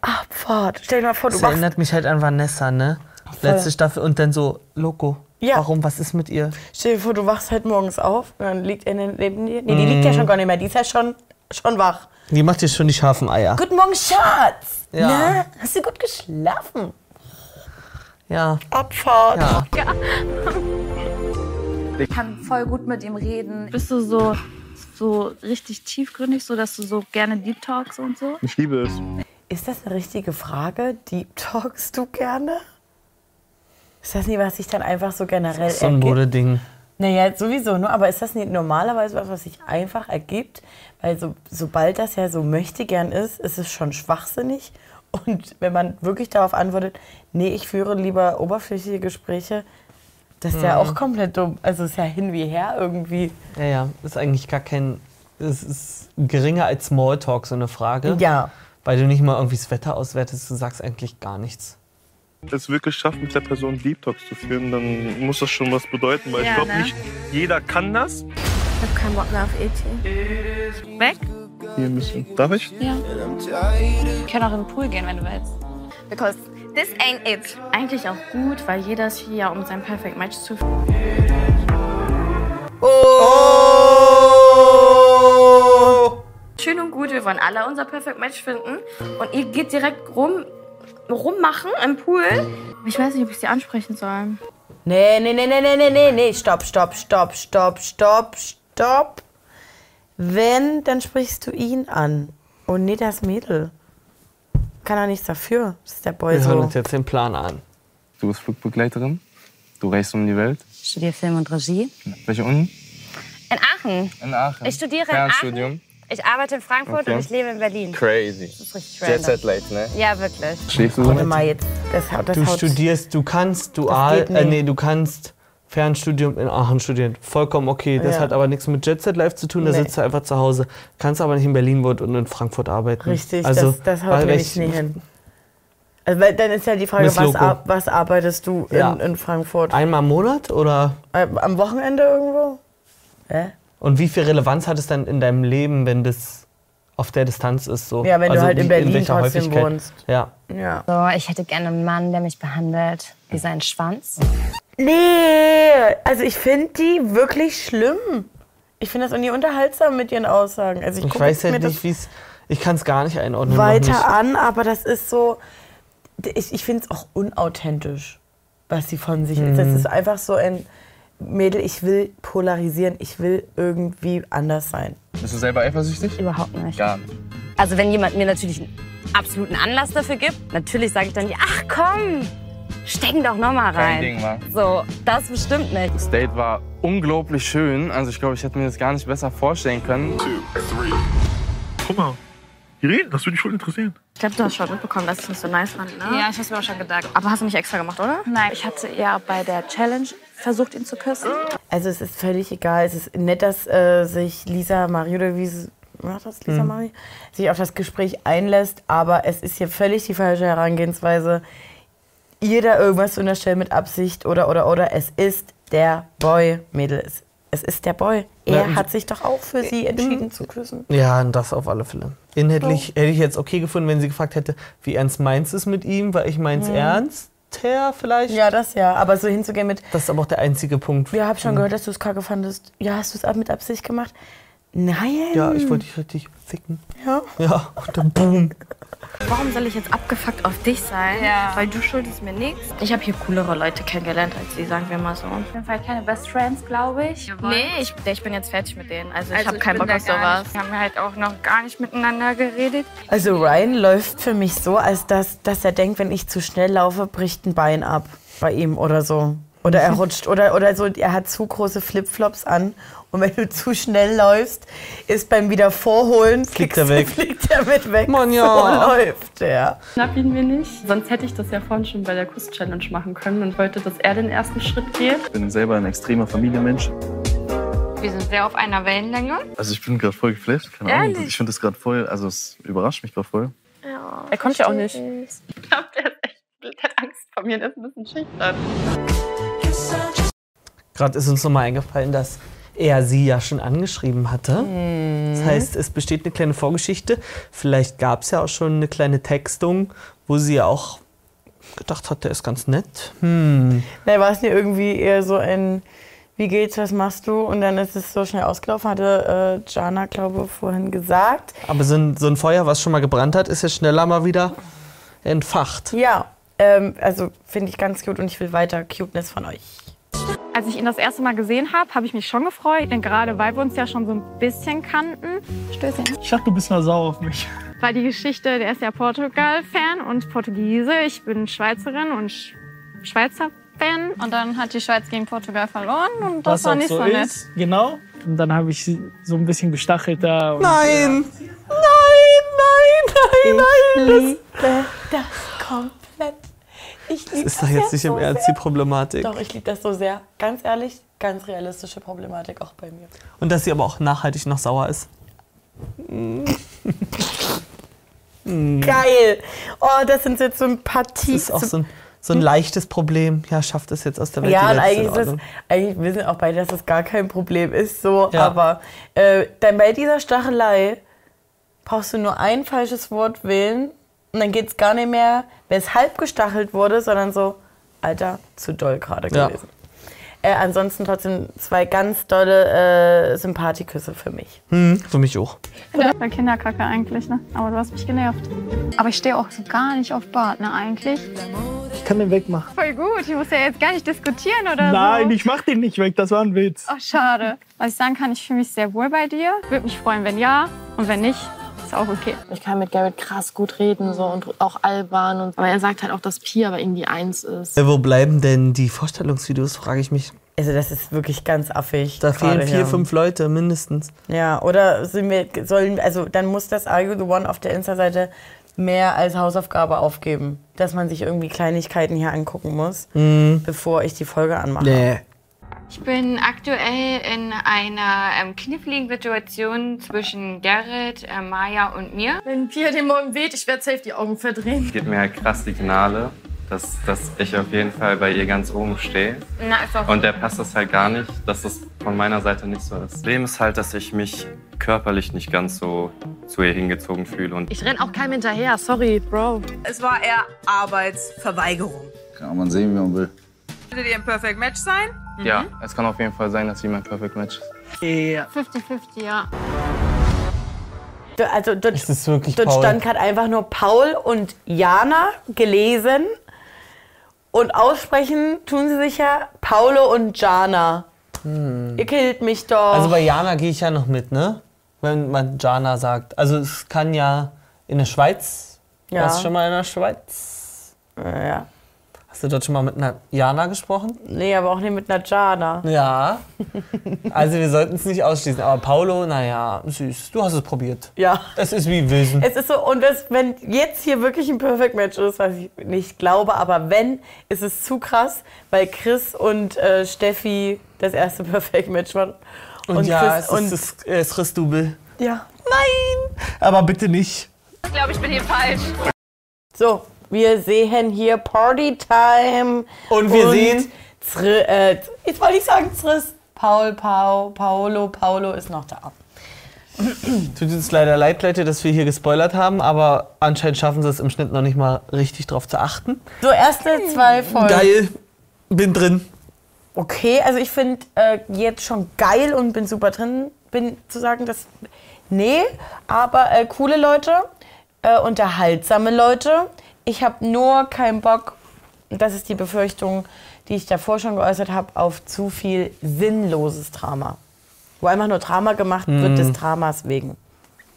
Abfahrt. Stell dir mal vor, du
Das
machst
erinnert mich halt an Vanessa, ne?
Voll.
Letzte Staffel und dann so, Loco. Warum? Was ist mit ihr?
Stell dir vor, du wachst halt morgens auf und dann liegt er neben dir. Nee, die liegt ja
Mm.
schon gar nicht mehr. Die ist ja schon, schon wach.
Die macht dir schon die scharfen Eier.
Guten Morgen, Schatz!
Ja.
Na, hast du gut geschlafen?
Ja.
Abfahrt.
Ja.
Ich kann voll gut mit ihm reden. Bist du so, so richtig tiefgründig, so dass du so gerne Deep Talks und so?
Ich liebe es.
Ist das eine richtige Frage? Deep Talks du gerne? Ist das nicht, was ich dann einfach so generell
So ein
ergibt?
Modeding.
Naja, sowieso, ne? aber ist das nicht normalerweise was, was sich einfach ergibt? Weil so, sobald das ja so möchte gern ist, ist es schon schwachsinnig. Und wenn man wirklich darauf antwortet, nee, ich führe lieber oberflächliche Gespräche, das ist ja
Mhm.
auch komplett dumm. Also ist ja hin wie her irgendwie.
Ja, ja, ist eigentlich gar kein. Es ist geringer als Smalltalk, so eine Frage.
Ja.
Weil du nicht mal irgendwie das Wetter auswertest, du sagst eigentlich gar nichts.
es wirklich schafft, mit der Person Deep Talks zu führen, dann muss das schon was bedeuten, weil
Ja,
ich glaube
ne?
nicht jeder kann das.
Ich hab keinen Bock mehr auf E E.T. Weg?
Hier ein bisschen. Darf ich?
Ja. Wir können auch in den Pool gehen, wenn du willst. Because this ain't it.
Eigentlich auch gut, weil jeder ist hier ja, um sein Perfect Match zu Schön und gut, wir wollen alle unser Perfect Match finden. Und ihr geht direkt rum, rummachen im Pool. Ich weiß nicht, ob ich sie ansprechen soll.
Nee, nee, nee, nee, nee, nee, nee, nee. Stopp, stopp, stopp, stopp, stopp, stopp. Wenn, dann sprichst du ihn an. Und nee, das Mädel. Kann er nichts dafür. Das ist der Boy
Wir hören
so.
uns jetzt den Plan an.
Du bist Flugbegleiterin, du reist um die Welt.
Ich studiere Film und Regie.
Welche Uni?
In Aachen.
In Aachen.
Ich studiere in Aachen.
Fernstudium.
Ich arbeite in Frankfurt
Okay.
und ich lebe in Berlin.
Crazy.
Das ist richtig
Jet
random.
Set Light, ne?
Ja, wirklich.
Schläfst du
Warte mal, jetzt. Das, haut- das
Du
haut-
studierst, du kannst dual,
geht
äh,
nicht.
nee, du kannst Fernstudium in Aachen studieren. Vollkommen okay. Das
Ja.
hat aber nichts mit Jet Set Live zu tun. Da
Nee.
sitzt du einfach zu Hause. Kannst aber nicht in Berlin wohnen und in Frankfurt arbeiten.
Richtig,
also,
das, das
weil
haut nämlich
welch-
nie hin. Also, weil dann ist ja die Frage,
Miss
was,
Loco.
ar was arbeitest du in,
Ja.
in Frankfurt?
Einmal im Monat oder?
Äh, Am Wochenende irgendwo?
Und wie viel Relevanz hat es dann in deinem Leben, wenn das auf der Distanz ist? So? Also
Ja, wenn du halt in
wie-
Berlin
welcher
trotzdem
Häufigkeit?
wohnst.
Ja.
Ja.
So, ich hätte gerne einen Mann, der mich behandelt wie seinen Schwanz.
Nee, also ich finde die wirklich schlimm. Ich finde das irgendwie unterhaltsam mit ihren Aussagen. Also ich
Ich
guck
weiß
mir
halt
das
nicht, wie es. Ich kann es gar nicht einordnen. noch
weiter
nicht.
an, aber das ist so. Ich, ich finde es auch unauthentisch, was sie von sich ist. Das
Mhm.
ist einfach so ein Mädel, ich will polarisieren, ich will irgendwie anders sein.
Bist du selber eifersüchtig?
Überhaupt nicht.
Gar nicht.
Also wenn jemand mir natürlich einen absoluten Anlass dafür gibt, natürlich sage ich dann nicht, ach komm, stecken doch noch mal
Kein
rein.
Ding, Mann.
So, das bestimmt nicht.
Das Date war unglaublich schön. Also ich glaube, ich hätte mir das gar nicht besser vorstellen können.
Guck mal, die reden, das würde dich schon interessieren.
Ich glaube, du hast schon mitbekommen, dass ich nicht so nice fand, ne? Ja, ich hab's mir auch schon gedacht. Aber hast du nicht extra gemacht, oder? Nein. Ich hatte ja bei der Challenge versucht, ihn zu küssen.
Also es ist völlig egal. Es ist nett, dass äh, sich Lisa Marie oder wie sie- war das Lisa
Mhm.
Marie sich auf das Gespräch einlässt, aber es ist hier völlig die falsche Herangehensweise. Ihr da irgendwas zu unterstellen mit Absicht oder oder oder es ist der Boy, Mädel. Es, es ist der Boy.
Ja,
Er
und-
hat sich doch auch für sie entschieden zu küssen.
Ja, und das auf alle Fälle. Inhaltlich hätte ich jetzt okay gefunden, wenn sie gefragt hätte, wie ernst meinst du es mit ihm, weil ich meins
Mhm.
ernst. Ter vielleicht?
Ja, das ja. Aber so hinzugehen mit. Hm.
Das ist aber auch der einzige Punkt.
Ja, hab schon
Mhm.
gehört, dass du es kacke fandest. Ja, hast du es ab- mit Absicht gemacht? Nein.
Ja, ich wollte dich richtig ficken.
Mhm. Ja.
Ja, und dann boom.
Warum soll ich jetzt abgefuckt auf dich sein?
Ja.
Weil du schuldest mir nichts. Ich habe hier coolere Leute kennengelernt als die, sagen wir mal so.
Auf jeden Fall keine Best Friends, glaube ich.
Nee, ich, ich bin jetzt fertig mit denen. Also ich
Also
habe
ich
keinen
bin
Bock
da
auf
gar
sowas. Wir haben halt auch noch gar nicht miteinander geredet.
Also Ryan läuft für mich so, als dass, dass er denkt, wenn ich zu schnell laufe, bricht ein Bein ab bei ihm oder so. Oder
(laughs)
er rutscht oder, oder so, er hat zu große Flipflops an. Und wenn du zu schnell läufst, ist beim Wiedervorholen
Fliegt er weg.
(laughs) fliegt er mit weg.
Mann,
So
ja.
läuft er.
Schnapp ihn mir nicht. Sonst hätte ich das ja vorhin schon bei der Kuss-Challenge machen können und wollte, dass er den ersten Schritt geht.
Ich bin selber ein extremer Familienmensch.
Wir sind sehr auf einer Wellenlänge.
Also ich bin gerade voll geflasht. Keine Ahnung.
Ehrlich?
Ich finde das gerade voll, also es überrascht mich gerade voll.
Ja,
Er kommt ja auch nicht.
Ich glaube, der ist echt, der hat Angst vor mir, der ist ein bisschen schüchtern.
Gerade ist uns nochmal eingefallen, dass er sie ja schon angeschrieben hatte.
Mhm.
Das heißt, es besteht eine kleine Vorgeschichte. Vielleicht gab es ja auch schon eine kleine Textung, wo sie ja auch gedacht hat, der ist ganz nett. Hm.
Nein, war es nicht irgendwie eher so ein, wie geht's, was machst du? Und dann ist es so schnell ausgelaufen, hatte äh, Jana, glaube ich, vorhin gesagt.
Aber so ein, so ein Feuer, was schon mal gebrannt hat, ist ja schneller mal wieder entfacht.
Ja, ähm, also finde ich ganz cute und ich will weiter Cuteness von euch.
Als ich ihn das erste Mal gesehen habe, habe ich mich schon gefreut, denn gerade weil wir uns ja schon so ein bisschen kannten, Stößchen.
Ich dachte, du bist mal sauer auf mich.
war die Geschichte, der ist ja Portugal-Fan und Portugiese. Ich bin Schweizerin und Sch Schweizer-Fan. Und dann hat die Schweiz gegen Portugal verloren und das
Was
war
auch
nicht so,
so
nett.
ist, genau. Und dann habe ich sie so ein bisschen gestachelt da. Und
Nein! Nein, nein, nein, nein!
liebe das komplett. Ich
Das
liebe
ist doch jetzt nicht im Ernst die Problematik.
Doch, ich liebe das so sehr. Ganz ehrlich, ganz realistische Problematik auch bei mir.
Und dass sie aber auch nachhaltig noch sauer ist. Hm.
Geil! Oh, das sind jetzt so ein paar Tiefs.
Ist auch so ein, so ein leichtes Problem. Ja, schafft es jetzt aus der Welt.
ja,
Halt die letzte ne?
und eigentlich, ist es,
Ordnung.
eigentlich wissen auch beide, dass das gar kein Problem ist. So,
Ja.
aber äh, dann bei dieser Stachelei brauchst du nur ein falsches Wort wählen und dann geht's gar nicht mehr, weshalb gestachelt wurde, sondern so, Alter, zu doll gerade
Ja.
gewesen. Äh, ansonsten trotzdem zwei ganz dolle äh, Sympathieküsse für mich.
Hm, für mich auch.
Oder Kinderkacke eigentlich, ne? Aber du hast mich genervt. Aber ich stehe auch so gar nicht auf Bart, ne, eigentlich.
Ich kann den wegmachen.
Voll gut, ich muss ja jetzt gar nicht diskutieren oder so.
Nein, ich mach den nicht weg, das war ein Witz.
Oh, schade. Was ich sagen kann, ich fühle mich sehr wohl bei dir. Würde mich freuen, wenn ja. Und wenn nicht, ist auch okay.
Ich kann mit Garrett krass gut reden so, und auch albern. Und, aber er sagt halt auch, dass Pi aber irgendwie eins ist.
Äh, Wo bleiben denn die Vorstellungsvideos, frage ich mich.
Also das ist wirklich ganz affig.
Da fehlen
gerade
vier,
hier.
fünf Leute mindestens.
Ja, oder sind wir, sollen, also dann muss das Are You the One auf der Insta-Seite mehr als Hausaufgabe aufgeben, dass man sich irgendwie Kleinigkeiten hier angucken muss,
Mhm.
bevor ich die Folge anmache.
Nee.
Ich bin aktuell in einer ähm, kniffligen Situation zwischen Gerrit, äh, Maya und mir.
Wenn Pia den morgen weht, ich werde safe die Augen verdrehen.
Gibt mir halt krass Signale, dass, dass ich auf jeden Fall bei ihr ganz oben stehe.
Na, ist auch
Und der passt das halt gar nicht, dass das von meiner Seite nicht so ist. Das Problem ist halt, dass ich mich körperlich nicht ganz so zu ihr hingezogen fühle. Und
Ich renn auch keinem hinterher, sorry, Bro.
Es war eher Arbeitsverweigerung.
Kann man sehen, wie man will.
Würdet ihr ein Perfect Match sein? Mhm.
Ja, es kann auf jeden Fall sein, dass sie mein Perfect Match ist.
50-50, ja.
D- Also dort,
Es ist wirklich
dort
Paul.
stand gerade einfach nur Paul und Jana gelesen und aussprechen tun sie sich ja Paolo und Jana.
Hm.
Ihr killt mich doch.
Also bei Jana gehe ich ja noch mit, ne? Wenn man Jana sagt. Also es kann ja in der Schweiz.
Ja.
Warst du schon mal in der Schweiz?
Ja.
Hast du dort schon mal mit einer Jana gesprochen?
nee, aber auch nicht mit einer Jana.
Ja. Also wir sollten es nicht ausschließen. Aber Paolo, naja, süß. Du hast es probiert.
Ja.
(laughs) Es ist wie Wissen.
Es ist so, und das, wenn jetzt hier wirklich ein Perfect Match ist, was ich nicht glaube, aber wenn, ist es zu krass, weil Chris und äh, Steffi das erste (laughs) Perfect Match waren.
und, ja,
Chris
es ist, es ist, es ist Double.
ja.
Nein! Aber bitte nicht.
Ich glaube, ich bin hier falsch.
So, wir sehen hier Party Time.
Und wir sehen-
Zri- äh, jetzt wollte ich sagen, Zris. Paul, Pau, Paolo, Paolo ist noch da.
Tut uns leider leid, Leute, dass wir hier gespoilert haben, aber anscheinend schaffen sie es im Schnitt noch nicht mal richtig drauf zu achten.
So, erste zwei Folgen.
Hm. Geil, bin drin.
Okay, also ich finde äh, jetzt schon geil und bin super drin, bin zu sagen, dass. Nee, aber äh, coole Leute, äh, unterhaltsame Leute. Ich habe nur keinen Bock, das ist die Befürchtung, die ich davor schon geäußert habe, auf zu viel sinnloses Drama. Wo einfach nur Drama gemacht
Hm.
wird des Dramas wegen.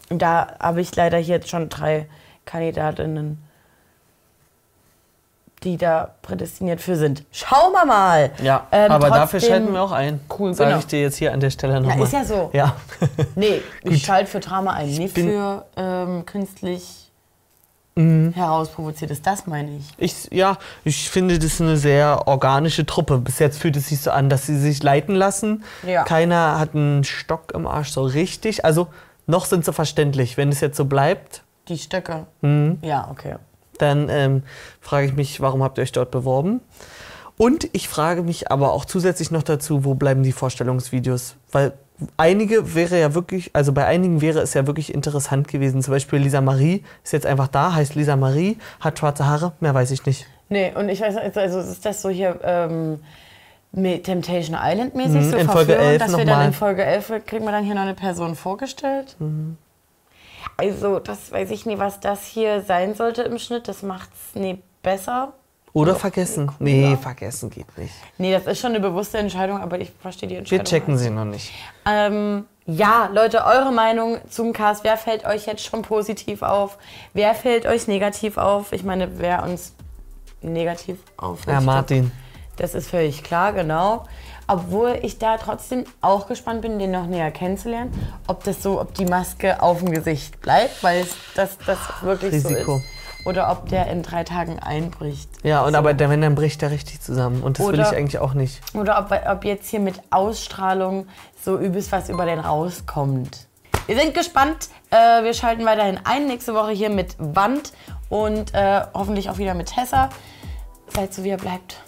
Und da habe ich leider hier jetzt schon drei Kandidatinnen, die da prädestiniert für sind. Schauen wir mal.
Ja,
Ähm,
aber dafür
trotzdem-
schalten wir auch ein. Cool, Sag
genau.
ich dir jetzt hier an der Stelle nochmal.
ist ja so.
Ja. (laughs)
Nee, ich schalte für Drama ein, nicht
bin-
für ähm, künstlich
Mhm.
herausprovoziert ist. Das meine ich.
Ich, ja, ich finde, das ist eine sehr organische Truppe. Bis jetzt fühlt es sich so an, dass sie sich leiten lassen.
Ja.
Keiner hat einen Stock im Arsch so richtig. Also noch sind sie verständlich. Wenn es jetzt so bleibt,
Die Stöcke.
Mhm.
Ja, okay.
dann ähm, frage ich mich, warum habt ihr euch dort beworben? Und ich frage mich aber auch zusätzlich noch dazu, wo bleiben die Vorstellungsvideos? Weil einige wäre ja wirklich, also bei einigen wäre es ja wirklich interessant gewesen. Zum Beispiel Lisa Marie ist jetzt einfach da, heißt Lisa Marie, hat schwarze Haare, mehr weiß ich nicht.
Nee, und ich weiß nicht, also ist das so hier ähm, mit Temptation Island mäßig
Mhm,
so
in Folge 11
verführend, dass wir dann
nochmal.
in Folge 11 kriegen wir dann hier noch eine Person vorgestellt?
Mhm.
Also, das weiß ich nie, was das hier sein sollte im Schnitt. Das macht's nie besser.
Oder vergessen. Nee, vergessen geht nicht.
Nee, das ist schon eine bewusste Entscheidung, aber ich verstehe die
Wir
Entscheidung. halt.
checken sie noch nicht.
Ähm, ja, Leute, eure Meinung zum Cast. Wer fällt euch jetzt schon positiv auf? Wer fällt euch negativ auf? Ich meine, wer uns negativ aufrichtet.
Ja, Martin.
Das ist völlig klar, genau. Obwohl ich da trotzdem auch gespannt bin, den noch näher kennenzulernen, ob das so, ob die Maske auf dem Gesicht bleibt, weil es- das, das wirklich
Risiko.
so ist. Oder ob der in drei Tagen einbricht.
Ja, und aber dann, wenn, dann bricht er richtig zusammen. Und das will
Oder-
ich eigentlich auch nicht.
Oder ob, ob jetzt hier mit Ausstrahlung so übelst was über den rauskommt. Wir sind gespannt. Äh, wir schalten weiterhin ein. Nächste Woche hier mit Wand und äh, hoffentlich auch wieder mit Tessa. Seid so, wie ihr bleibt.